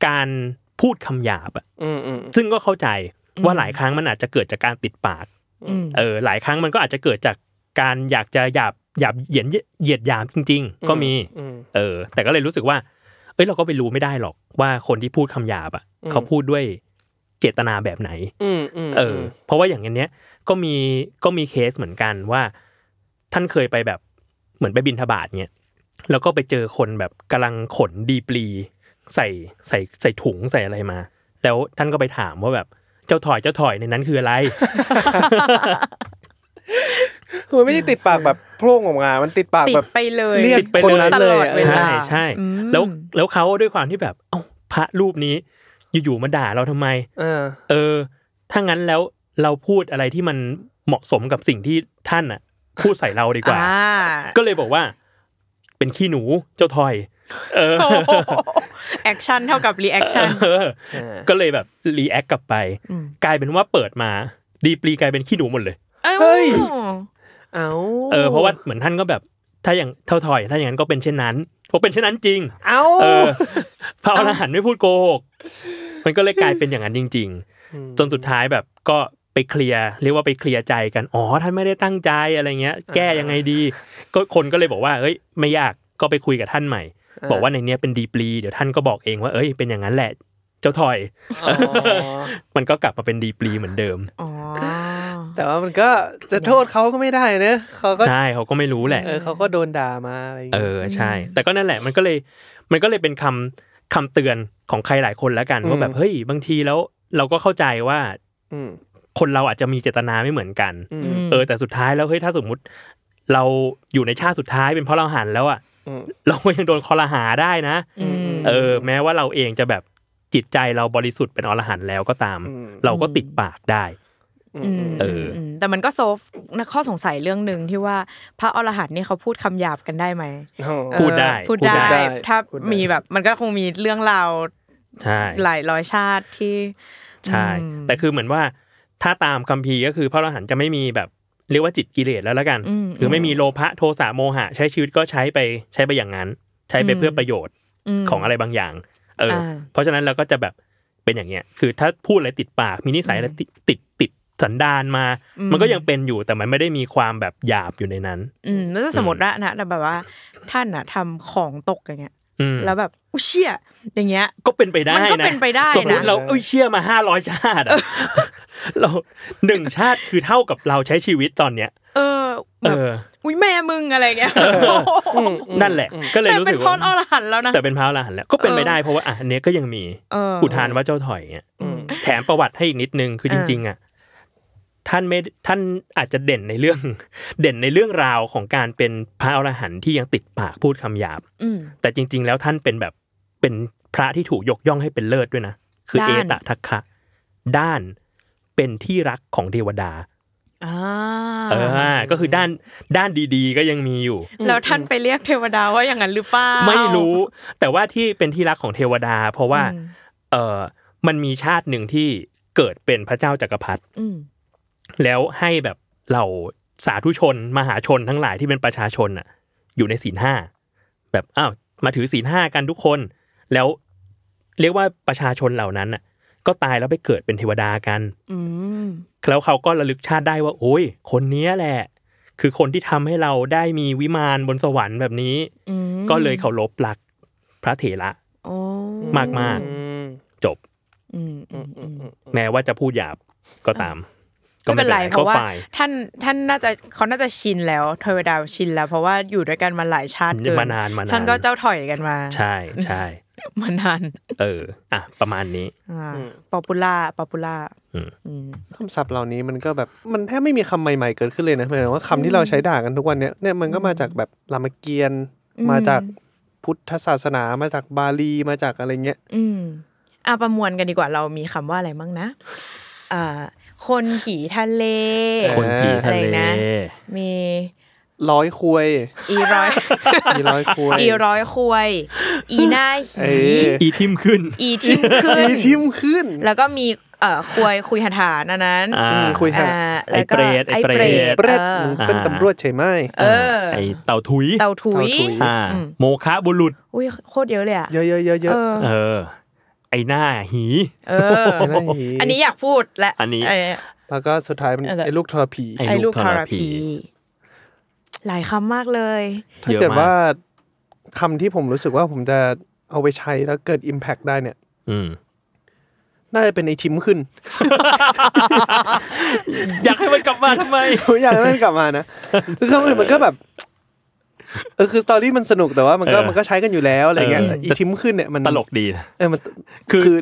B: การพูดคำหยาบอะ
C: อืมอืม
B: ซึ่งก็เข้าใจว่าหลายครั้งมันอาจจะเกิดจากการติดปาก
D: อืม
B: เออหลายครั้งมันก็อาจจะเกิดจากการอยากจะหยาบหยาบเหยียดเหยียดหยามจริง ๆ ก็มี
C: อืม
B: เออ แต่ก็เลยรู้สึกว่า เอ้ยเราก็ไปรู้ไม่ได้หรอกว่าคนที่พูดคำหยาบอะ
C: อืม
B: เขาพูดด้วยเจตนาแบบไหน
C: อืมอืม
B: เออ เพราะว่าอย่างอันเนี้ยก็มีก็มีเคสเหมือนกันว่า ท่านเคยไปแบบเหมือนไปบินทบาทเนี่ยแล้วก็ไปเจอคนแบบกำลังขนดีปลี ใส่ใส่ใส่ถุงใส่อะไรมา แล้วท่านก็ไปถามว่าแบบเจ้าถอยเจ้าถอยในนั้นคืออะไร
C: คือมันไม่ได้ติดปากแบบโพร่งออกมา มันติดปาก
D: ติด
C: แบบ
D: ไปเลย
C: เรียก
B: ติดไป
C: คน
B: เลย
C: นั้นเลยอะ
D: ตอดเว
B: ใช่
D: ลา
B: ใช่
D: อืม
B: แล้วแล้วเขาด้วยความที่แบบเอ้าพระรูปนี้ อยู่ๆมาด่าเราทำไม
C: เออ
B: เออ ถ้างั้นแล้วเราพูดอะไรที่มันเหมาะสมกับสิ่งที่ท่านอ่ะ พูดใส่เราดีกว่า
D: อ่
B: ก็เลยบอกว่า เป็นขี้หนูเจ้าทอย เออ
D: โอ้โหแอคชั่นเท่ากับรีแอคชั่น
B: เออ ก็เลยแบบรีแอคกลับไป
D: อืม
B: กลายเป็นว่าเปิดมา ดีปรีกลายเป็นขี้หนูหมดเลย
C: เฮ้
D: เอ้
C: ย
D: ย
C: เอา
B: เออเพราะว่าเหมือนท่านก็แบบ ถ้าอย่างเท่าทอย ถ้าอย่างนั้นก็เป็นเช่นนั้นเพราะเป็นเช่นนั้นจริง
C: เอา
B: เออพระอรหันต์ไม่พูดโกหก มันก็เลยกลายเป็นอย่างนั้นจริง ๆ จนสุดท้ายแบบก็ไปเคลียร์เรียกว่าไปเคลียร์ใจกันอ๋อท่านไม่ได้ตั้งใจอะไรเงี้ย แก้ยังไงดี ก็คนก็เลยบอกว่าเอ้ยไม่ยากก็ไปคุยกับท่านใหม่ บอกว่าในเนี้ยเป็นดีปลีเดี๋ยวท่านก็บอกเองว่าเอ้ยเป็นอย่างนั้นแหละ เจ้าถอย
C: อ๋อ
B: มันก็กลับมาเป็นดีปลีเหมือนเดิม
D: อ๋อ
C: แต่ว่ามันก็จะโทษเขาก็ไม่ได้นะเขาก็
B: ใช่เขาก็ไม่รู้แหละ
C: เออเขาก็โดนด่ามาอะไรอย่าง
B: เอ
C: เงี้ย
B: อใช่ แต่ก็นั่นแหละมันก็เลยมันก็เลยเป็นคำคำเตือนของใครหลายคนแล้วกันว่าแบบ
C: อืม
B: เฮ้ยบางทีแล้วเราก็เข้าใจว่า
C: ม
B: คนเราอาจจะมีเจตนาไม่เหมือนกัน
C: อืม
D: ม
B: เออแต่สุดท้ายแล้วเฮ้ยถ้าสมมุติ เราอยู่ในชาติสุดท้ายเป็นเพราะเราหันแล้วอ่ะ
C: อืม
B: เราก็ยังโดนคอรหาได้นะ
D: อืม
B: เออ แม้ว่าเราเองจะแบบจิตใจเราบริสุทธิ์เป็นอรหันต์แล้วก็ตาม
C: อืม
B: เราก็ติดปากได้
C: อื
D: อื
C: ม
D: ม
B: เออ
D: มแต่มันก็โซฟนะข้อสงสัยเรื่องหนึ่งที่ว่าพระอรหันต์เนี่ยเขาพูดคำหยาบกันได้ไหม
C: อ๋อ
D: เออ
B: พูดได้
D: พูด
B: พูดได้
D: ได้ ถ้า
C: พูดได้
D: มีแบบมันก็คงมีเรื่องราว
B: ใช่
D: หลายร้อยชาติที่
B: ใช่
D: อืม
B: แต่คือเหมือนว่าถ้าตามคัมภีร์ก็คือพระอรหันต์จะไม่มีแบบเรียกว่าจิตกิเลสแล้วละกัน คือไม่มีโลภะโทสะโมหะ ใช้ชีวิตก็ใช้ไปใช้ไปอย่างนั้น ใช้ไปเพื่อประโยชน์
D: ม
B: ของอะไรบางอย่าง เออ
D: อ่า
B: เพราะฉะนั้นเราก็จะแบบเป็นอย่างเงี้ย คือถ้าพูดอะไรติดปาก มีนิสัยอะไรติดติดติดสันดานมา มันก็ยังเป็นอยู่ แต่มันไม่ได้มีความแบบหยาบอยู่ในนั้น
D: อืมแล้วถ้าสมมติว่านะแต่แบบว่า ท่านอะทำของตกอย่างเงี้ย
B: อืม
D: แล้วแบบอุยเชี่ยอย่างเงี้ย
B: ก็เป็นไปได้
D: มัน
B: นะ
D: ก็เป็นไปได้นะ
B: สมมติเราเอ้ยเชื่อมาห้าร้อยชาติอะ เราหนึ่งชาติคือเท่ากับเราใช้ชีวิตตอนเนี้ย
D: เออ
B: เอ
D: แบบ
B: อ
D: อุ้ยแม่มึงอะไรเงี้ย
B: นั่นแหละ ก็เลย
D: แต่
B: รู้
D: เป็
B: สึ
D: น
B: ก
D: พร
B: ว่า
D: อรหันต์แล้วนะ
B: แต่เป็นพระอรหันต์แล้ว ก็เป็น
D: เออ
B: ไปได้เพราะว่าอ่ะอันเนี้ยก็ยังมี
D: เออ
B: อุทานว่าเจ้าถอยเนี่ย
C: อืม
B: แถมประวัติให้อีกนิดนึงคือจริงๆอ่ะท่านไม่ท่านอาจจะเด่นในเรื่อง เด่นในเรื่องราวของการเป็นพระอรหันต์ที่ยังติดปากพูดคำหยาบ
D: อืม
B: แต่จริง ๆ แล้วท่านเป็นแบบเป็นพระที่ถูกยกย่องให้เป็นเลิศด้วยนะ คือเอ
D: ด้าน
B: ตทัคคะ ด้านเป็นที่รักของเทวดา
D: อ่า
B: เออ ก็คือด้านด้านดีๆ ก็ยังมีอยู่
D: แล้วท่านไปเรียกเทวดาว่าอย่างนั้นหรือเปล่า
B: ไม่รู้ แต่ว่าที่เป็นที่รักของเทวดา เพราะว่า
D: อืม
B: เออมันมีชาติหนึ่งที่เกิดเป็นพระเจ้าจักรพรรดิ
D: อืม
B: แล้วให้แบบเหล่าสาธุชน มหาชนทั้งหลายที่เป็นประชาชนอ่ะ อยู่ในศีลห้าแบบอ้าวมาถือศีลห้ากันทุกคน แล้วเรียกว่าประชาชนเหล่านั้นอ่ะ ก็ตายแล้วไปเกิดเป็นเทวดากัน
D: อืม
B: แล้วเขาก็ระลึกชาติได้ว่า โอ้ย คนเนี้ยแหละ คือคนที่ทำให้เราได้มีวิมานบนสวรรค์แบบนี้
D: อืม
B: ก็เลยเคารพหลักพระเถระ
D: โอ้
B: มากมาก
C: อืม
B: จบ
D: อืมอืมอืม
B: แม้ว่าจะพูดหยาบก็ตาม ก็
D: ไม่เป็นไรเพราะว่า
B: ก็ฝ่ย
D: ท่านท่านน่าจะเขาน่าจะชินแล้วเทวดาชินแล้ว เพราะว่าอยู่ด้วยกันมาหลายชาติเกิ
B: มานานมานาน
D: ท่านก็เจ้าถอยกันมา
B: ใช่ใช่
D: มานาน
B: เออ อ่ะประมาณนี้
D: อ่าป๊อปปูล่าป๊อปปูล่า
B: อืม
D: อืม
C: คำศัพท์เหล่านี้มันก็แบบมันแทบไม่มีคำใหม่ๆเกิดขึ้นเลยนะหมายถึงว่าคำที่เราใช้ด่ากันทุกวันเนี้ยเนี่ยมันก็มาจากแบบรามเกียรติ์มาจากพุทธศาสนามาจากบาลีมาจากอะไรเงี้ย
D: อืมอ่ะประมวลกันดีกว่าเรามีคำว่าอะไรบ้างนะ อ่า คนผีทะเล
B: คนผีทะ
D: อะไร
B: เล
D: นะ มี
C: ร้อยคุย
D: อีร้อย
C: มีร้อยคุย
D: อีร้อยควย อีหน้า
C: เอ
D: หี
C: อ
B: อีทิมขึ้น
D: อีทิมขึ้น
C: มีทิมขึ้น
D: แล้วก็มีเอ่อควยคุยหาฐานอันนั้น
B: อ่า
C: อืมคุย
D: อ่า
C: หา
D: แล้วก็
B: ไอ้เปรตไอ้เป
D: ไอ้เป
B: ร
D: ร
B: ต
D: ต
C: เปรต
D: เออ
C: มึงเป็นตำรวจใช่ไหม
D: เออ
B: ไอเต่าถุย
D: เต่าถุย
C: เต่าถุย
B: อ่า
D: อืม
B: โมคะบุรุษ
D: อุ้ยโคตรเยอะเลยอ่ะ
C: เยอะเยอะเยอะเย
D: เอ
C: อะ
D: อ
B: เออ ไอหน้าหี
D: เออ
C: ไอ้หี
D: อันนี้อยากพูดและ
B: อันนี้
D: เ
C: แล้วก็สุดท้ายมัน
D: เออ
C: ไอ้ลูกทรพี
B: ไอ้
D: ไอ้
B: ลู
D: ลู
B: ก
D: ก
B: ท
D: ท
B: ร
D: ร
B: พี
D: พี หลายคำมากเลย
C: ถ้า
B: เยอะ
C: เกิด
B: มาก
C: ว่าคำที่ผมรู้สึกว่าผมจะเอาไปใช้แล้วเกิด Impact ได้เนี่ย
B: อืม
C: น่าจะเป็นไอทิมขึ้น
B: อยากให้มันกลับมาทำไม
C: ผมอยากให้มันกลับมา นะคือคำอื่นมันก็แบบเออคือสตอรี่มันสนุกแต่ว่ามันก็
B: เออ
C: มันก็ใช้กันอยู่แล้วอะไรเงี้ย
B: เออ
C: ไอทิมขึ้นเนี่ยมัน
B: ตลกดีนะ
C: เออมัน
B: คือ
C: คือ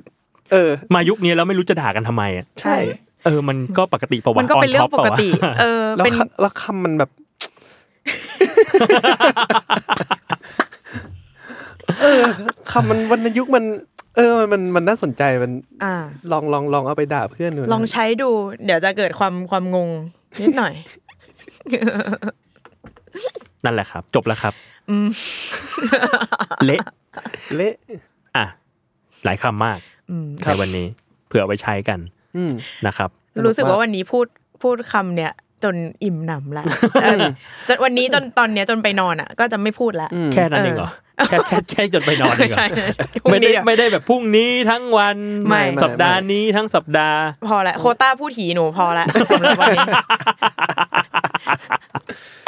C: เออ
B: มายุคนี้แล้วไม่รู้จะด่ากันทำไมอ่ะ
C: ใช่
B: เออมันก็ปกติประวั
D: มันก็เป็นเรื่องปกติ เออ
C: แล้ว
D: เป็น
C: คแล้วคำมันแบบ เออคำมันวรรณยุกต์มัน เออมันมันมันน่าสนใจมัน
D: อ่า
C: ลองลองลองเอาไปด่าเพื่อนดูนะ
D: ลองใช้ดู เดี๋ยวจะเกิดความความงงนิดหน่อย
B: นั่นแหละครับ จบแล้วครับเละ
C: เละ
B: อ่ะหลายคำมาก
D: อืม
B: ในวันนี้ เผื่อเอาไปใช้กัน
C: อืม
B: นะครับ
C: สนุกมาก
D: รู้สึกว่าวันนี้พูดพูดคำเนี่ย จนอิ่มหนำละเออจนวันนี้จนตอนเนี้ยจนไปนอนอ่ะ ก็จะไม่พูดละ
B: แค่นั้นเองเหรอแค่แค่แค่จนไปนอนเองเหรอ
D: ใช่ใช่พรุ่ง
B: ไม่ได้
D: นี้เดี๋ยว
B: ไม่ได้แบบพรุ่งนี้ทั้งวัน
D: ไม่
B: สัปดาห์นี้ทั้งสัปดาห์
D: พอละโควต้าพูดหีหนูพอละสำหรับวันนี้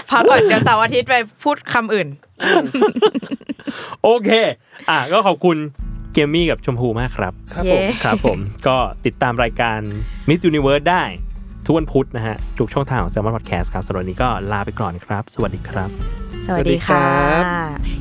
D: พักก่อน เดี๋ยวเสาร์อาทิตย์ไปพูดคำอื่น
B: โอเค อ่ะก็ขอบคุณเกมมี่กับชมพูมากครับ
C: ครับ
D: เย้
C: ผม
B: ครับ ผม ก็ติดตามรายการ Miss Universe ได้ ทุกวันพุธนะฮะทุกช่องทางของ s ซ l m o n Podcast ครับสำหรับวันนี้ก็ลาไปก่อนครับ สวัสดีครับ
D: สวัสดี
C: สวัสดีค
D: ค่
C: รับ
D: ะ